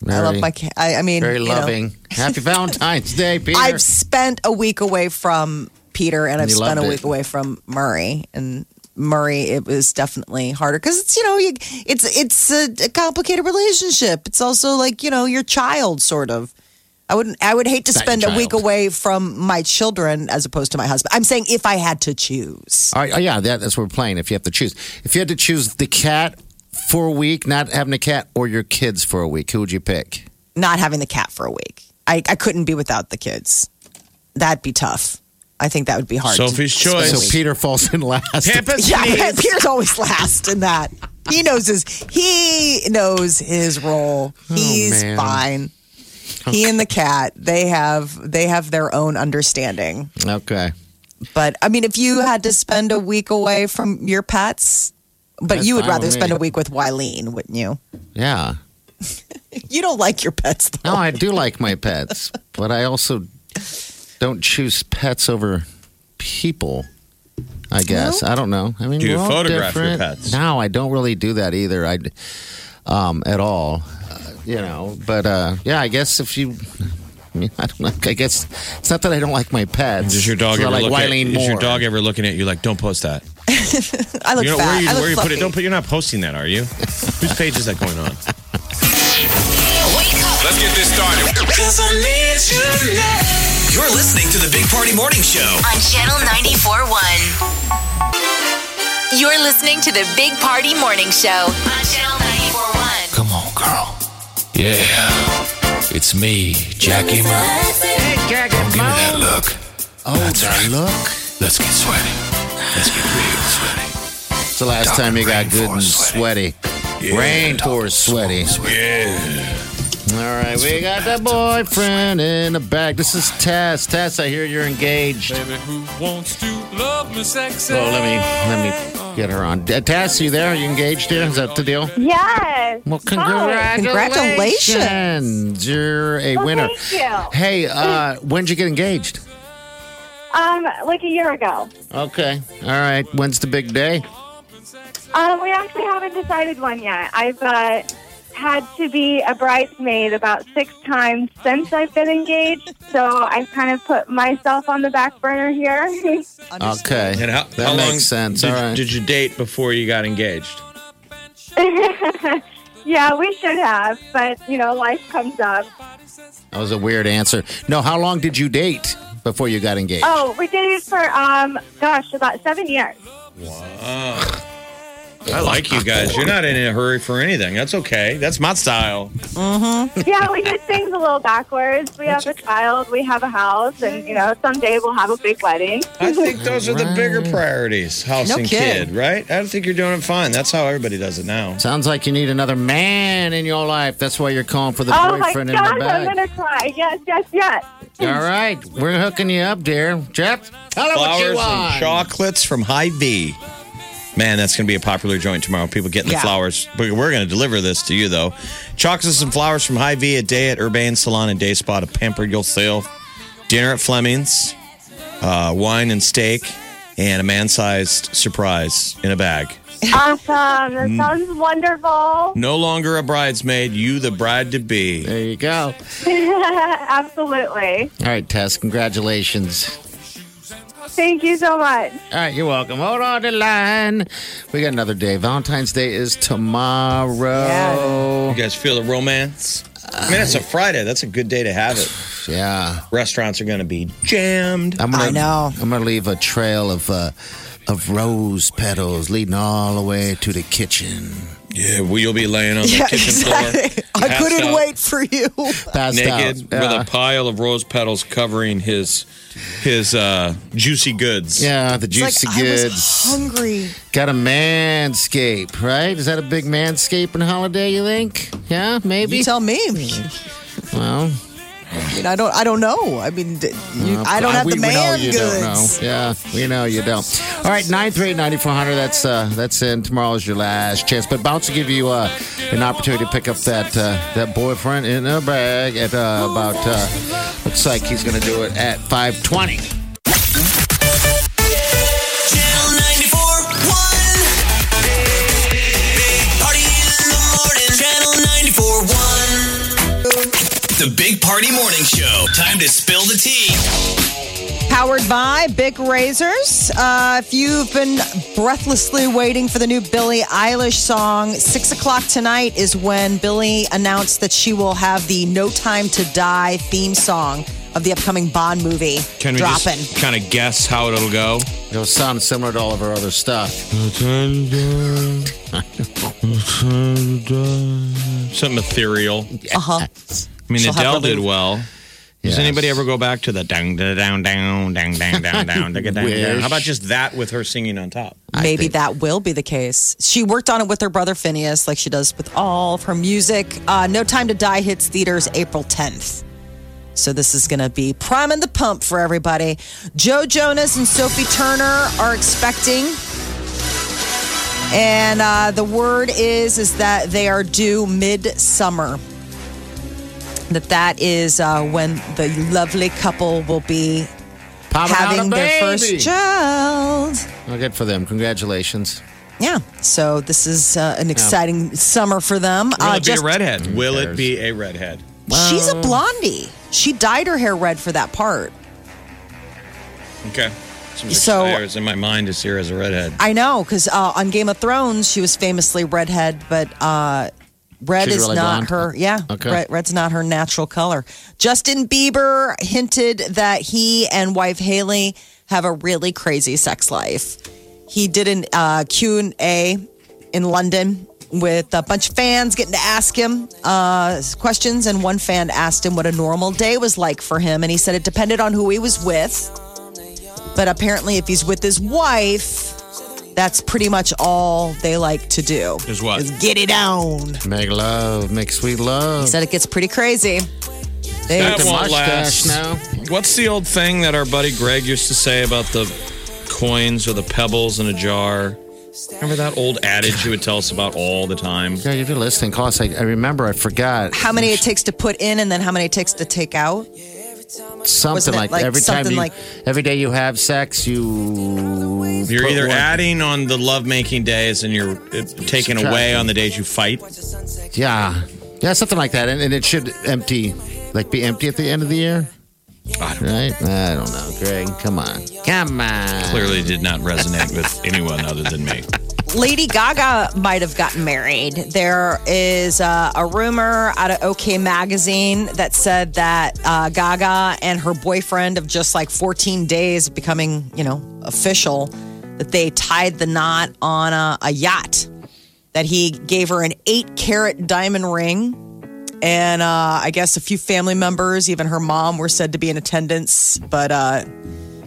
Very, I love my cat. I, I mean, Very you know, loving. Happy Valentine's Day, Peter. I've spent a week away from Peter and I've you spent a loved week it. away from Murray and Murray it was definitely harder cuz it's you know you, it's it's a, a complicated relationship. It's also like, you know, your child sort of. I wouldn't I would hate to Not your spend a week child. away from my children as opposed to my husband. I'm saying if I had to choose. All right, oh, yeah, that, that's what we're playing. If you have to choose, if you had to choose the cat for a week, not having a cat, or your kids for a week, who would you pick? not having the cat for a week. I, I couldn't be without the kids. That'd be tough. I think that would be hard. to Sophie's spend a choice. So week. Peter falls in last. Pampa Yeah, sneeze. Pierce always last in that. He knows his he knows his role. Oh, He's man. fine. He and the cat, they have they have their own understanding. Okay, But I mean, if you had to spend a week away from your pets, but That's you would fine rather with me. spend a week with Wileen, wouldn't you? yeah. You don't like your pets though. No, I do like my pets, but I also don't choose pets over people. I guess I don't know. I mean, Do you we're all photograph your different. pets? No, I don't really do that either. I, um, at all, uh, you know. But uh, yeah, I guess if you, I mean, I don't like. I guess it's not that I don't like my pets. Does your dog It's ever not like look at, Wileen Is your Moore. dog ever looking at you like, don't post that? I look You know, where fat. you, I look where you put it? fluffy. Don't put. You're not posting that, are you? Whose page is that going on? Wake up. Let's get this started. You're listening to the Big Party Morning Show. on Channel 94.1. You're listening to the Big Party Morning Show on Channel 94.1. Come on, girl. Yeah. It's me, Jackie Mo. Don't give me that look. Oh, That's right. look. Let's get sweaty. Let's get real sweaty. It's the last Talking time you got rainforest good and sweaty. sweaty. Rainforest sweaty. Yeah. All right, we got the boyfriend in the back. This is Tess. Tess, I hear you're engaged. Oh, Baby, who wants to love me sexy? let me let me get her on. Uh, Tess, you there? Are you engaged here? Is that the deal? Yes. Well, Hi. congratulations. Congratulations. You're a Well, winner. Thank you. Hey, uh, when'd you get engaged? Um, like a year ago. Okay. All right. When's the big day? Um, we actually haven't decided one yet. I've uh, had to be a bridesmaid about six times since I've been engaged, so I've kind of put myself on the back burner here. Okay. And how, that how makes long sense. Did, All right. did you date before you got engaged? yeah, we should have, but you know, life comes up. that was a weird answer. No, how long did you date before you got engaged? Oh, we did it for um, gosh, about seven years. I like you guys. You're not in a hurry for anything. That's okay. That's my style. yeah, we did things a little backwards. We have a child, we have a house, and you know, someday we'll have a big wedding. I think those are the bigger priorities house No and kidding. kid, right? I think you're doing it fine. That's how everybody does it now. Sounds like you need another man in your life. That's why you're calling for the Oh my boyfriend in the gosh, I'm back. gonna cry. Yes, yes, yes. All right, we're hooking you up, dear. Jeff, tell her what you Flowers want. and chocolates from High V. Man, that's going to be a popular joint tomorrow. People getting Yeah. the flowers. But we're going to deliver this to you, though. Chocolates and flowers from High V, a day at Urbane Salon and Day Spa to pamper yourself. Dinner at Fleming's, uh, wine and steak, and a man sized surprise in a bag. Awesome. That Mm. sounds wonderful. No longer a bridesmaid, you the bride to be. There you go. Absolutely. All right, Tess, congratulations. Thank you so much. All right, you're welcome. Hold on the line. We got another day. Valentine's Day is tomorrow. You guys feel the romance? I mean, it's a Friday. That's a good day to have it. Yeah. Restaurants are going to be jammed. I'm gonna, I know. I'm going to leave a trail of uh, of rose petals leading all the way to the kitchen. Yeah, well, you'll be laying on the Yeah, kitchen exactly. floor. I passed couldn't out, wait for you. Passed Naked out. Yeah. with a pile of rose petals covering his his uh, juicy goods. yeah, the It's juicy like I was goods. hungry. Got a manscape, right? Is that a big manscaping holiday? You think? Yeah, maybe. You tell me. I well, mean, I don't. I don't know. I mean, d- you, I don't uh, have we, the we know man you goods. Don't know. Yeah, we know you don't. All right, nine three ninety four hundred. That's uh, that's in. Tomorrow's your last chance, but Bounce will give you uh, an opportunity to pick up that uh, that boyfriend in a bag at uh, about. Uh, looks like he's going to do it at five twenty. Channel 94.1. Big Party in the morning. Channel 94.1. The Big Party Morning Show. Time to spill the tea. Powered by Bic Razors. Uh, if you've been breathlessly waiting for the new Billie Eilish song, six o'clock tonight is when Billie announced that she will have the No Time to Die theme song of the upcoming Bond movie Can we dropping. just kind of guess how it'll go? It'll sound similar to all of our other stuff. Something ethereal. Uh huh. I mean, She'll have Adele to did leave. well. Yes. Does anybody ever go back to the down, down, down, down, down, down, down, down, down, down? Wish. How about just that with her singing on top? Maybe that will be the case. She worked on it with her brother Phineas, like she does with all of her music. Uh, no Time to Die hits theaters April 10th. So this is going to be priming the pump for everybody. Joe Jonas and Sophie Turner are expecting. And uh, the word is is that they are due midsummer. That that is uh, when the lovely couple will be Popping out a having their first baby. child. Well, good for them. Congratulations. Yeah. So this is uh, an exciting summer for them. Will uh, it be just- a redhead? Will it cares? be a redhead? She's a blondie. She dyed her hair red for that part. Okay. Some So- desires in my mind is here as a redhead. I know, because uh, on Game of Thrones, she was famously redhead, but uh, red She's is really not blonde? her. Yeah, Okay. red, red's not her natural color. Justin Bieber hinted that he and wife Haley have a really crazy sex life. He did an uh, Q and A in London with a bunch of fans getting to ask him uh, questions, and one fan asked him what a normal day was like for him, and he said it depended on who he was with. But apparently, if he's with his wife, that's pretty much all they like to do. Is what? Is get it on. Make love, make sweet love. Said it gets pretty crazy. They, That The won't mustache last. now. What's the old thing that our buddy Greg used to say about the coins or the pebbles in a jar? Remember that old adage he would tell us about all the time? Yeah, if you're listening, call us. I, I remember, I forgot. how many it takes to put in and then how many it takes to take out. something Wasn't it like, like every time something you, like- every day you have sex, you You're put either one- adding on the lovemaking days and you're uh, taking away on the days you fight. yeah, yeah, something like that, and, and it should empty, like be empty at the end of the year. Right? I don't know, Greg. Come on, come on. Clearly did not resonate with anyone other than me. Lady Gaga might have gotten married. There is uh, a rumor out of OK Magazine that said that uh, Gaga and her boyfriend of just like 14 days becoming, you know, official, that they tied the knot on a, a yacht. that he gave her an eight carat diamond ring. And uh, I guess a few family members, even her mom, were said to be in attendance, but uh, she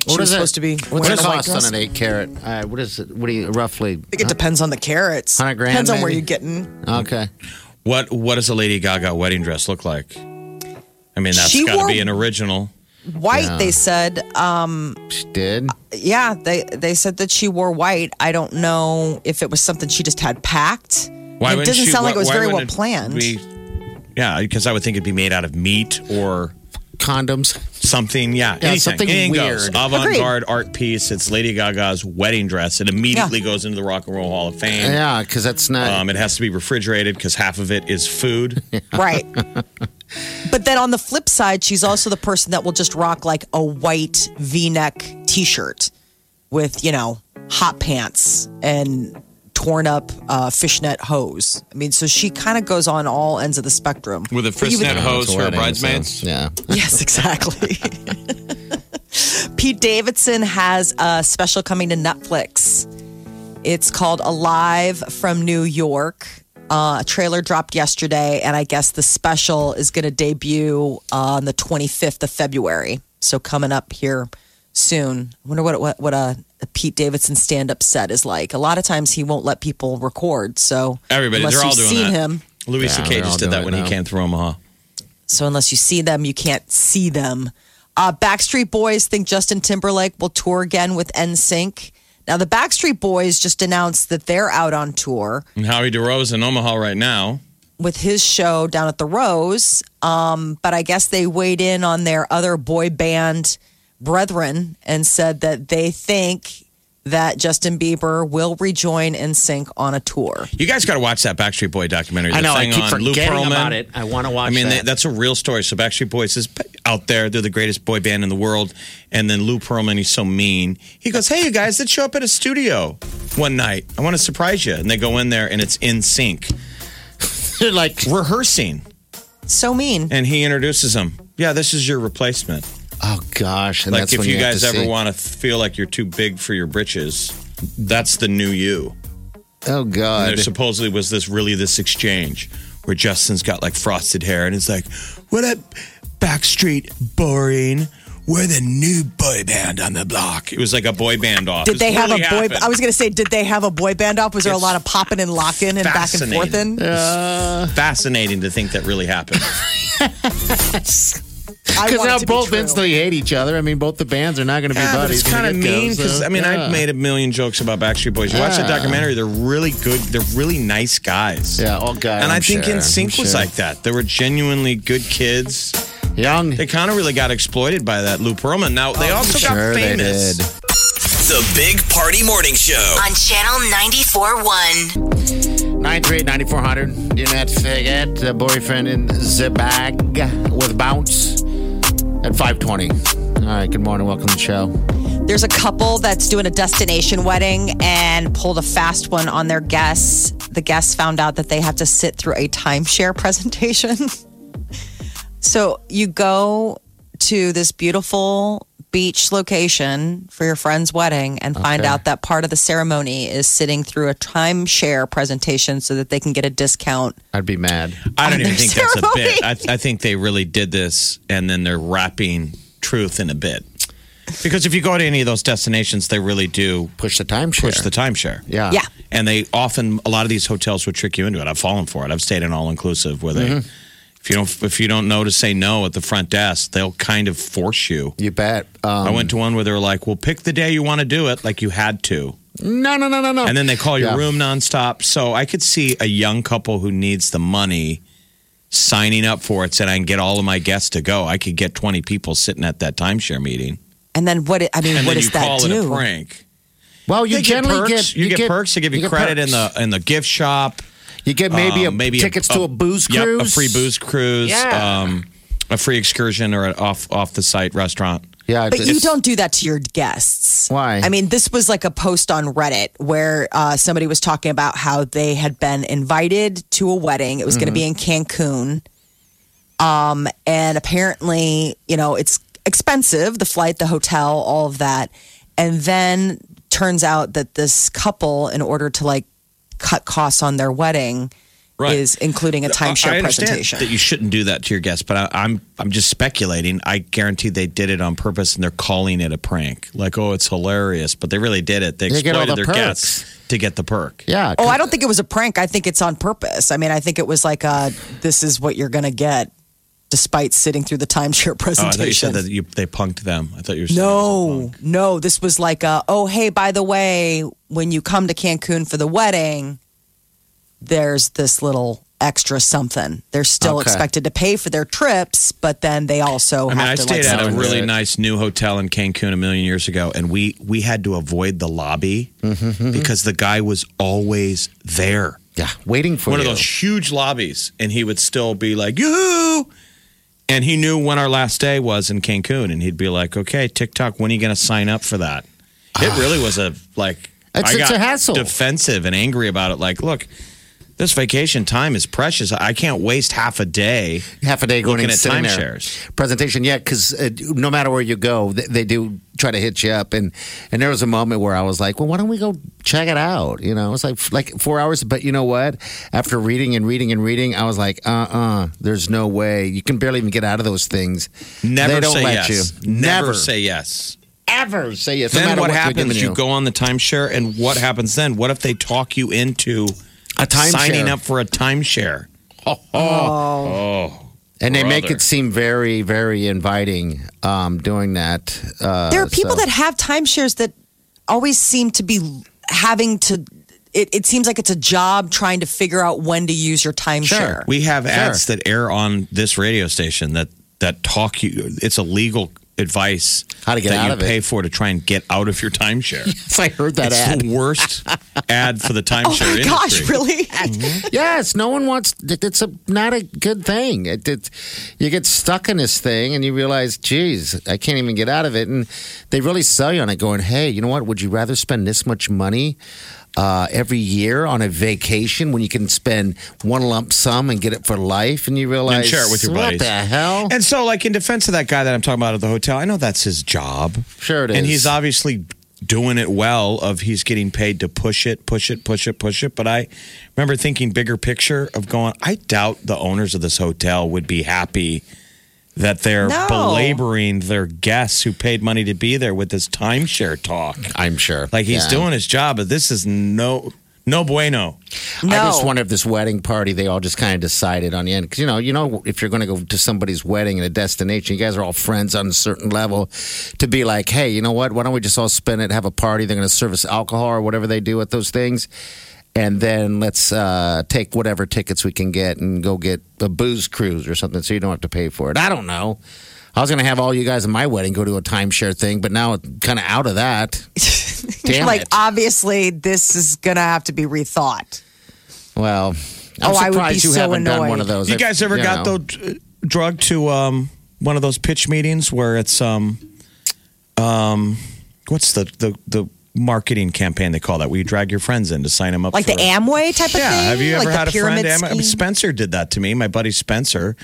was is it- supposed to be What's wearing the a white cost on dress. an eight carat? Uh, what is it? What do you roughly? I think it depends on the carrots. 100 grand, Depends on where maybe? you're getting. Okay. What What does a Lady Gaga wedding dress look like? I mean, that's She got to wore- be an original. White, Yeah. they said. Um, She did. yeah, they they said that she wore white. I don't know if it was something she just had packed. Why it wouldn't doesn't she- sound why- like it was why very well wouldn't planned. be- yeah, because I would think it'd be made out of meat or Condoms. something. Yeah, Yeah, anything. something Anything goes. weird. Avant-garde art piece. It's Lady Gaga's wedding dress. It immediately Yeah. goes into the Rock and Roll Hall of Fame. Yeah, because that's not. Um, it has to be refrigerated because half of it is food. Right. but then on the flip side, she's also the person that will just rock like a white V-neck T-shirt with you know hot pants and torn up uh, fishnet hose. I mean, so she kind of goes on all ends of the spectrum. With a But you would- fishnet hose for her bridesmaids. yeah. Yes, exactly. Pete Davidson has a special coming to Netflix. It's called Alive from New York. Uh, a trailer dropped yesterday, and I guess the special is going to debut on the 25th of February. So coming up here soon. I wonder what what, what a, a Pete Davidson stand up set is like. A lot of times he won't let people record. So Everybody, unless they're all you've doing seen that. him, Louis Yeah, C.K. they're all just did doing that it when now. he came through Omaha. So unless you see them, you can't see them. Uh, Backstreet Boys think Justin Timberlake will tour again with NSYNC. Now the Backstreet Boys just announced that they're out on tour And Howie DeRose in Omaha right now. with his show down at the Rose. Um, but I guess they weighed in on their other boy band brethren and said that they think that Justin Bieber will rejoin NSYNC on a tour. You guys got to watch that Backstreet Boy documentary. I The know. I thing keep on Lou forgetting Pearlman. about it. I want to watch. I mean, that. They, that's a real story. So Backstreet Boys is out there. They're the greatest boy band in the world. And then Lou Pearlman, he's so mean. He goes, "Hey, you guys, let's show up at a studio one night. I want to surprise you." And they go in there, and it's in sync, They're like rehearsing. So mean. And he introduces them. Yeah, this is your replacement. Oh gosh! And like that's if when you, have guys to ever see- want to feel like you're too big for your britches, that's the new you. Oh And god! there supposedly was this really this exchange where Justin's got like frosted hair and it's like, "What up, Backstreet Boring? We're the new boy band on the block." It was like a boy band off. Did It they have really a boy? happened. I was going to say, did they have a boy band off? Was there a It's lot of popping and locking and back and forth? In fascinating. fascinating to think that really happened. Because Because now both instantly hate each other. I mean, both the bands are not going to be Yeah, but buddies. it's kind of when you get mean together, because so, I mean yeah. I've made a million jokes about Backstreet Boys. You watch the Yeah. documentary; they're really good. They're really nice guys. Yeah, oh, all guys. and i i think in sync was like that. They were genuinely good kids. young. They kind of really got exploited by that Lou Pearlman. Now they also Oh, Sure, got they famous. did. The Big Party Morning Show. On Channel 94.1. 938-9400 in that figure. The boyfriend in the bag with bounce at 520. All right, good morning. Welcome to the show. There's a couple that's doing a destination wedding and pulled a fast one on their guests. The guests found out that they have to sit through a timeshare presentation. so you go to this beautiful beach location for your friend's wedding and find Okay. out that part of the ceremony is sitting through a timeshare presentation so that they can get a discount. I'd be mad. I On don't even their think that's a bit. ceremony. I, I think they really did this, and then they're wrapping truth in a bit. Because if you go to any of those destinations, they really do Push the timeshare. push the timeshare. Yeah. Yeah. And they often a lot of these hotels would trick you into it. I've fallen for it. I've stayed in all inclusive where they Mm-hmm. if you don't if you don't know to say no at the front desk, they'll kind of force you. You bet. Um, I went to one where they were like, "Well, pick the day you want to do it," like you had to, no, no, no, no, no. and then they call your Oh. Yeah. room nonstop. So I could see a young couple who needs the money signing up for it, said I can get all of my guests to go. I could get twenty people sitting at that timeshare meeting, And then what? I mean, and what then you does that call it a do? prank. Well, you They get generally perks. get you, get, perks. They give you, get credit in perks. the in the gift shop. You get maybe um, a, tickets to a booze yep, cruise. a free booze cruise, Yeah. um, a free excursion or an off off the site restaurant. Yeah, But it's- you don't do that to your guests. Why? I mean, this was like a post on Reddit where uh, somebody was talking about how they had been invited to a wedding. It was Mm-hmm. going to be in Cancun. Um, and apparently, you know, it's expensive the flight, the hotel, all of that. And then turns out that this couple, in order to like cut costs on their wedding Right. is including a I- I timeshare understand presentation. That you shouldn't do that to your guests, but I, I'm I'm just speculating. I guarantee they did it on purpose, and they're calling it a prank. Like, oh, it's hilarious, but they really did it. They They get all exploited the their guests to get the perk. Yeah. Oh, I don't think it was a prank. I think it's on purpose. I mean, I think it was like, uh, this is what you're going to get despite sitting through the timeshare Oh, I thought you presentation. said that you, they punked them. I thought you were saying no, no, this was like, a, oh, hey, by the way, when you come to Cancun for the wedding, there's this little extra something. They're still Okay. expected to pay for their trips, but then they also I mean, have I to stayed like at a someone do really it. nice new hotel in Cancun a million years ago, and we we had to avoid the lobby Mm-hmm, because the guy was always there. Yeah, waiting for One you. of those huge lobbies, and he would still be like, "Yoo!" And he knew when our last day was in Cancun, and he'd be like, "Okay, TikTok, when are you going to sign up for that?" It really was a like It's- I it's got a hassle. defensive and angry about it. Like, look, this vacation time is precious. I can't waste half a day. half a day going Looking and at sitting there. timeshares. Presentation, yeah, because uh, no matter where you go, they, they do try to hit you up. And and there was a moment where I was like, well, why don't we go check it out? You know, it's like like four hours. But you know what? After reading and reading and reading, I was like, uh uh there's no way you can barely even get out of those things. Never they don't say let yes. you. Never, say yes. ever say yes. no then matter what, what they're happens? giving You. go on the timeshare, and what happens then? What if they talk you into a timeshare. signing up for a timeshare? and they make brother. it seem very very inviting. Um, doing that. Uh, There are people so- that have timeshares that always seem to be having to. It, it seems like it's a job trying to figure out when to use your timeshare. We have ads that air on this radio station that that talk you. It's illegal advice How to get that out you of it. pay for to try and get out of your timeshare. I heard that it's ad. the worst ad for the timeshare oh my industry. gosh, really? Yes, no one wants. It's a, not a good thing. It, it, you get stuck in this thing, and you realize, geez, I can't even get out of it. And they really sell you on it, going, "Hey, you know what? Would you rather spend this much money uh, every year on a vacation when you can spend one lump sum and get it for life?" And you realize, And share it with your what buddies. the hell? And so, like in defense of that guy that I'm talking about at the hotel, I know that's his job. Sure it And is. he's obviously doing it well. Of he's getting paid to push it, push it, push it, push it. But I remember thinking bigger picture of going. I doubt the owners of this hotel would be happy that they're No. belaboring their guests who paid money to be there with this timeshare talk. I'm sure, Like he's Yeah. doing his job, but this is no no bueno. No. I just wonder if this wedding party they all just kind of decided on the end because you know you know if you're going to go to somebody's wedding in a destination, you guys are all friends on a certain level. To be like, hey, you know what? Why don't we just all spend it, have a party? They're going to serve us alcohol or whatever they do at those things, and then let's uh, take whatever tickets we can get and go get a booze cruise or something, so you don't have to pay for it. I don't know. I was going to have all you guys at my wedding go to a timeshare thing, but now it's kind of out of that. Damn like it. obviously, this is gonna have to be rethought. Well, I'm Oh, I would surprised be you so haven't done annoyed. one of those. You guys ever got know. the drug to um, one of those pitch meetings where it's um, um, what's the the the marketing campaign they call that? Where you drag your friends in to sign them up, Like for the Amway type of Yeah, thing. have you like ever the had a friend? pyramid Am- scheme? Spencer did that to me. My buddy Spencer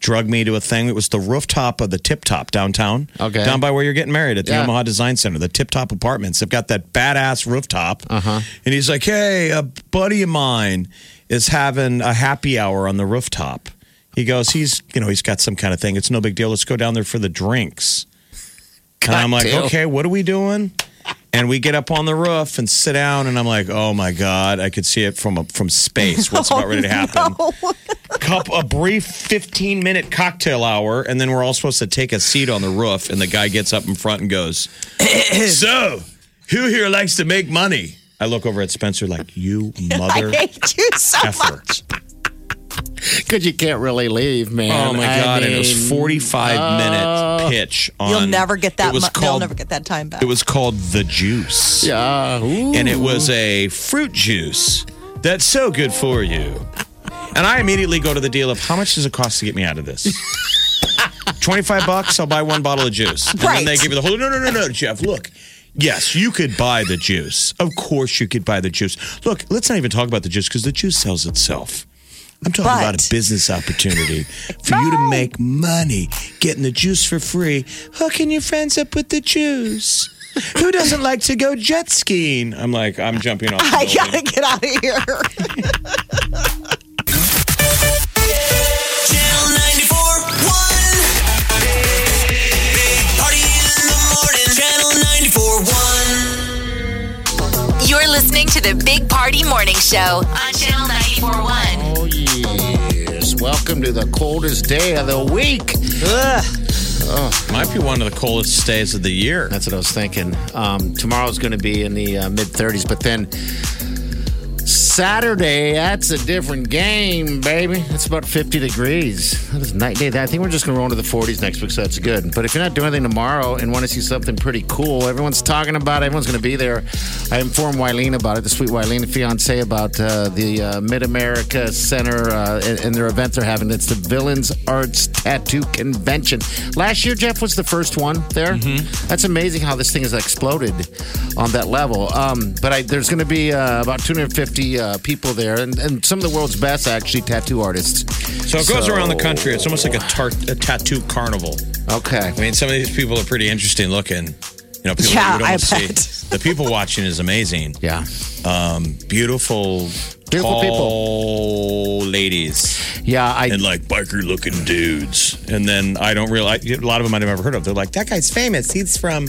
drugged me to a thing. It was the rooftop of the Tip Top downtown, Okay. down by where you're getting married at the Yeah. Omaha Design Center. The Tip Top Apartments. They've got that badass rooftop, uh-huh. and he's like, "Hey, a buddy of mine is having a happy hour on the rooftop." He goes, "He's you know he's got some kind of thing. It's no big deal. Let's go down there for the drinks." and I'm like, damn. "Okay, what are we doing?" And we get up on the roof and sit down, and I'm like, "Oh my god, I could see it from a, from space. Oh, What's about ready to happen?" Cup a brief 15 minute cocktail hour, and then we're all supposed to take a seat on the roof. And the guy gets up in front and goes, "So, who here likes to make money?" I look over at Spencer like, "You mother hate you so effer!" Because you can't really leave, man. Oh my I god! and it was mean, 45 minute pitch on. Oh. You'll never get It that. was mu- called. they'll never get that time back. it was called the juice. Yeah. Ooh. and it was a fruit juice that's so good for you. And I immediately go to the deal of how much does it cost to get me out of this? 25 bucks, I'll buy one bottle of juice. And Right. then they give you the whole no, no, no, no, Jeff, look. Yes, you could buy the juice. Of course, you could buy the juice. Look, let's not even talk about the juice because the juice sells itself. I'm talking But- about a business opportunity for you to make money getting the juice for free, hooking your friends up with the juice. Who doesn't like to go jet skiing? I'm like, I'm jumping off. I The gotta building. get out of here. Channel 94.1. Big Party in the morning. Channel 94.1. You're listening to the Big Party Morning Show on Channel 941. Oh, yes. Welcome to the coldest day of the week. Might be one of the coldest days of the year. That's what I was thinking. Um, tomorrow's going to be in the uh, mid 30s, but then Saturday, that's a different game, baby. That's about 50 degrees. That is night day. I think we're just going to roll into the 40s next week, so that's good. But if you're not doing anything tomorrow and want to see something pretty cool, everyone's talking about it. Everyone's going to be there. I informed Wileen about it, the sweet Wileen fiance, about uh, the uh, Mid America Center uh, and, and their event they're having. It's the Villains Arts Tattoo Convention. Last year, Jeff was the first one there. Mm-hmm. That's amazing how this thing has exploded on that level. Um, but I, there's going to be uh, about 250 uh, people there, and, and some of the world's best actually tattoo artists. So it goes So- around the country. It's almost like a, tart- a tattoo carnival. Okay. I mean, some of these people are pretty interesting looking. You know, people Yeah, you don't I see. bet. The people watching is amazing. Yeah. Um, beautiful, Beautiful tall ladies Yeah. I. and like biker looking dudes. And then I don't realize a lot of them I've never heard of. They're like, that guy's famous. He's from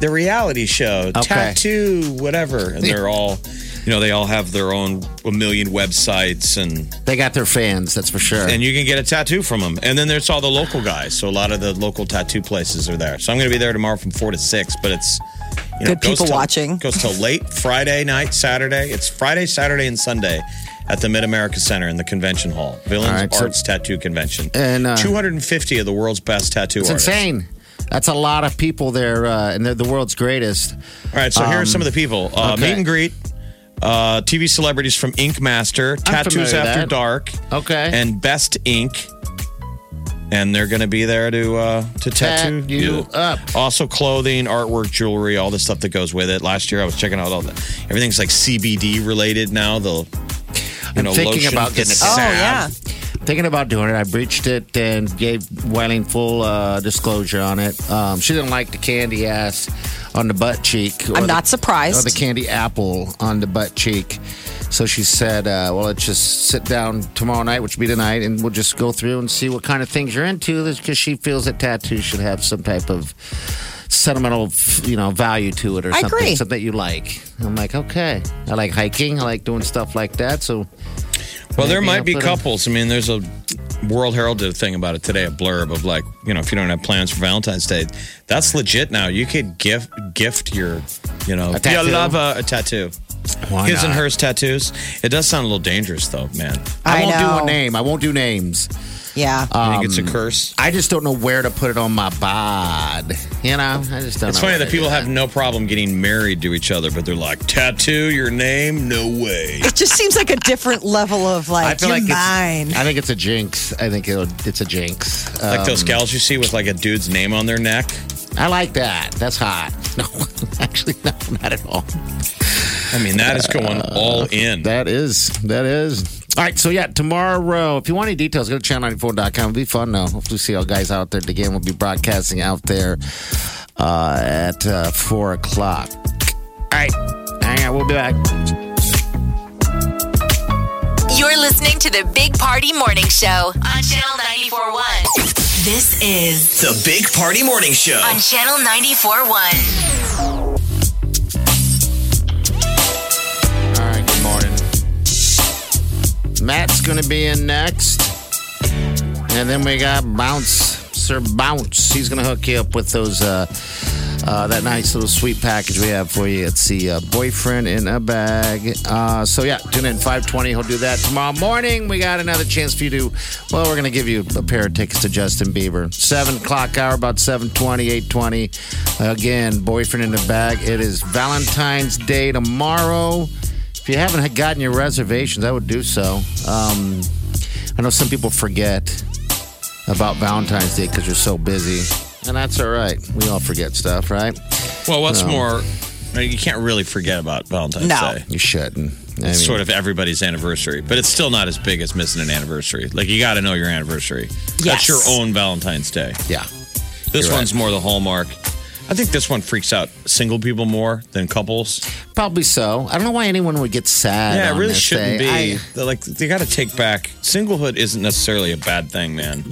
the reality show, Okay. tattoo, whatever. And they're all, you know, they all have their own a million websites and They got their fans, that's for sure. and you can get a tattoo from them. And then there's all the local guys. So a lot of the local tattoo places are there. So I'm going to be there tomorrow from four to six. But it's you know, Good goes people till- watching. Goes till late Friday night, Saturday. It's Friday, Saturday, and Sunday at the Mid America Center in the convention hall, Villains All right, so- Arts Tattoo Convention. And, uh, 250 of the world's best tattoo it's artists. insane. That's a lot of people there, uh, and they're the world's greatest. All right, so here are some of the people: uh, Um, okay. meet and greet, uh, TV celebrities from Ink Master, familiar Tattoos with After that. Dark, Okay. and Best Ink, and they're going to be there to uh, to tattoo Tat you up. Also, clothing, artwork, jewelry, all the stuff that goes with it. Last year, I was checking out all the everything's like CBD related now. The you I'm know, thinking lotion, about getting this. a Oh, salve. Thinking about doing it, I breached it and gave Wileen full uh, disclosure on it. Um, she didn't like the candy ass on the butt cheek. or I'm the- not surprised. Or the candy apple on the butt cheek. So she said, uh, well, let's just sit down tomorrow night, which will be tonight, and we'll just go through and see what kind of things you're into because she feels that tattoos should have some type of sentimental, you know, value to it or I something. agree. Something that you like. I'm like, okay. I like hiking. I like doing stuff like that. So Well, there Maybe might I'll be put 'em- couples. I mean, there's a World Herald did a thing about it today, a blurb of like, you know, if you don't have plans for Valentine's Day, that's legit now. You could gift gift your, you know, A tattoo. your lover a tattoo. Why His and not? hers tattoos. It does sound a little dangerous though, man. I I, won't do know. a name. I won't do names. yeah. I think it's a curse. Um, I just don't know where to put it on my bod. You know, I just don't. It's know funny where that to people do have no problem getting married to each other, but they're like, tattoo your name? No way. it just seems like a different level of like, you're mine. It's, I think it's a jinx. I think it'll, it's a jinx. Uh, Like those gals you see with like a dude's name on their neck. I like that. That's hot. No, actually, no, not at all. I mean, that is going all in. Uh, That is. That is. All right, so yeah, tomorrow, if you want any details, go to channel94.com. It'll be fun, though. Hopefully, see all guys out there. The game will be broadcasting out there uh, at uh, 4 o'clock. All right, hang on, we'll be back. You're listening to the Big Party Morning Show on Channel 941. This is The Big Party Morning Show. on Channel 941. All right, good morning. Matt's going to be in next. And then we got Bounce, Sir Bounce. He's going to hook you up with those, uh, uh, that nice little sweet package we have for you. It's the uh, boyfriend in a bag. Uh, so yeah, tune in 520. He'll do that tomorrow morning. We got another chance for you to, well, we're going to give you a pair of tickets to Justin Bieber. Seven o'clock hour, about 720, 820. Again, boyfriend in a bag. It is Valentine's Day tomorrow. If you haven't gotten your reservations, I would do so. Um, I know some people forget about Valentine's Day because you're so busy, and that's all right. We all forget stuff, right? Well, what's um, more, I mean, you can't really forget about Valentine's No. Day. You shouldn't. I It's mean, sort of everybody's anniversary, but it's still not as big as missing an anniversary. Like you got to know your anniversary. That's Yes. your own Valentine's Day. yeah. This You're right. one's more the hallmark. I think this one freaks out single people more than couples. Probably so. I don't know why anyone would get sad. yeah, it on really this shouldn't day. be. I- They're like they got to take back. Singlehood isn't necessarily a bad thing, man.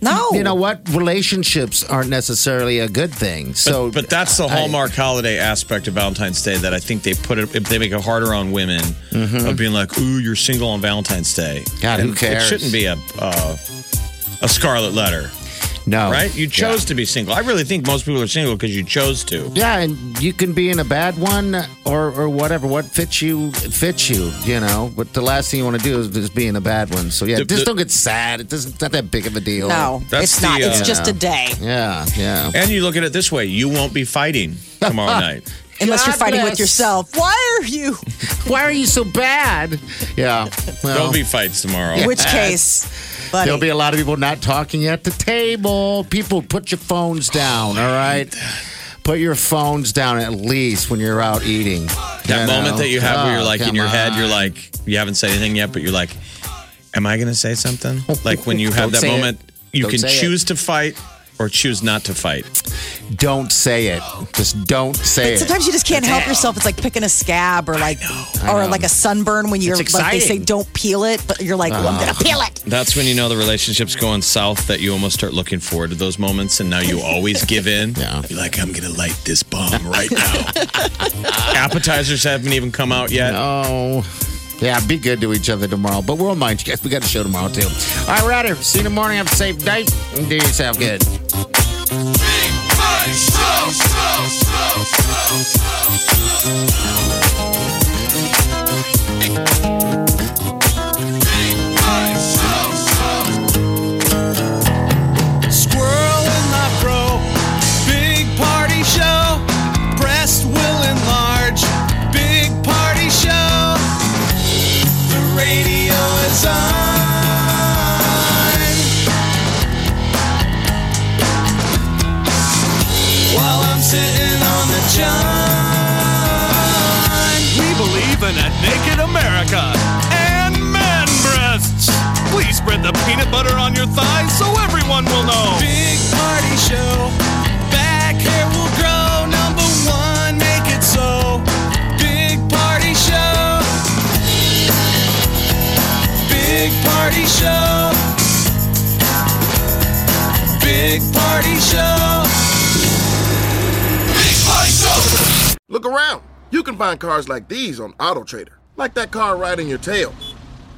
No. you know what? Relationships aren't necessarily a good thing. So, But, but that's the I- hallmark holiday aspect of Valentine's Day that I think they put it. If they make it harder on women of being like, "Ooh, you're single on Valentine's Day." Mm-hmm. God, who And cares? It shouldn't be a uh, a scarlet letter, no, right? You chose Oh, Yeah. to be single. I really think most people are single because you chose to. Yeah, and you can be in a bad one or or whatever. What fits you fits you, you know. But the last thing you want to do is just be in a bad one. So yeah, The- just the- don't get sad. It doesn't. It's not that big of a deal. No, That's it's not. the, it's uh, just a day. Yeah, yeah. And you look at it this way: you won't be fighting tomorrow night. Unless you're God fighting with bless. yourself. Why are you? Why are you so bad? Yeah. Well, There'll be fights tomorrow. In which case, buddy. there'll be a lot of people not talking at the table. People, put your phones down. All right. Put your phones down at least when you're out eating. That moment that you have where Oh, you're like in your head, you're like. like, you haven't said anything yet, but you're like, am I going to say something? Like when you Don't have that say it. moment, you Don't can say it. choose to fight or choose not to fight. don't say it. Just don't say But it. sometimes you just can't help yourself. It's like picking a scab or like or like a sunburn when you're It's like they say exciting. Uh-huh. don't peel it, but you're like, well, I'm gonna peel it. That's when you know the relationship's going south that you almost start looking forward to those moments and now you always give in. Yeah. You're like, I'm going to light this bomb right now. Appetizers haven't even come out yet. Oh. Yeah, be good to each other tomorrow. But we'll mind you guys. We got a show tomorrow, too. All right, we're out here. See you in the morning. Have a safe night. And do yourself good. Big Party Show. show, show, show, show, show. Big Party Show, show. Squirrel in my fro. Big Party Show. Breast will enlarge. Big Party Show. The radio is on. while I'm sitting on the john. We believe in a naked America and man breasts. Please spread the peanut butter on your thighs so everyone will know. Big party show. Back hair will grow. Number one, make it so. Big party show. Big party show. Big party show. Look around. You can find cars like these on AutoTrader, like that car riding your tail.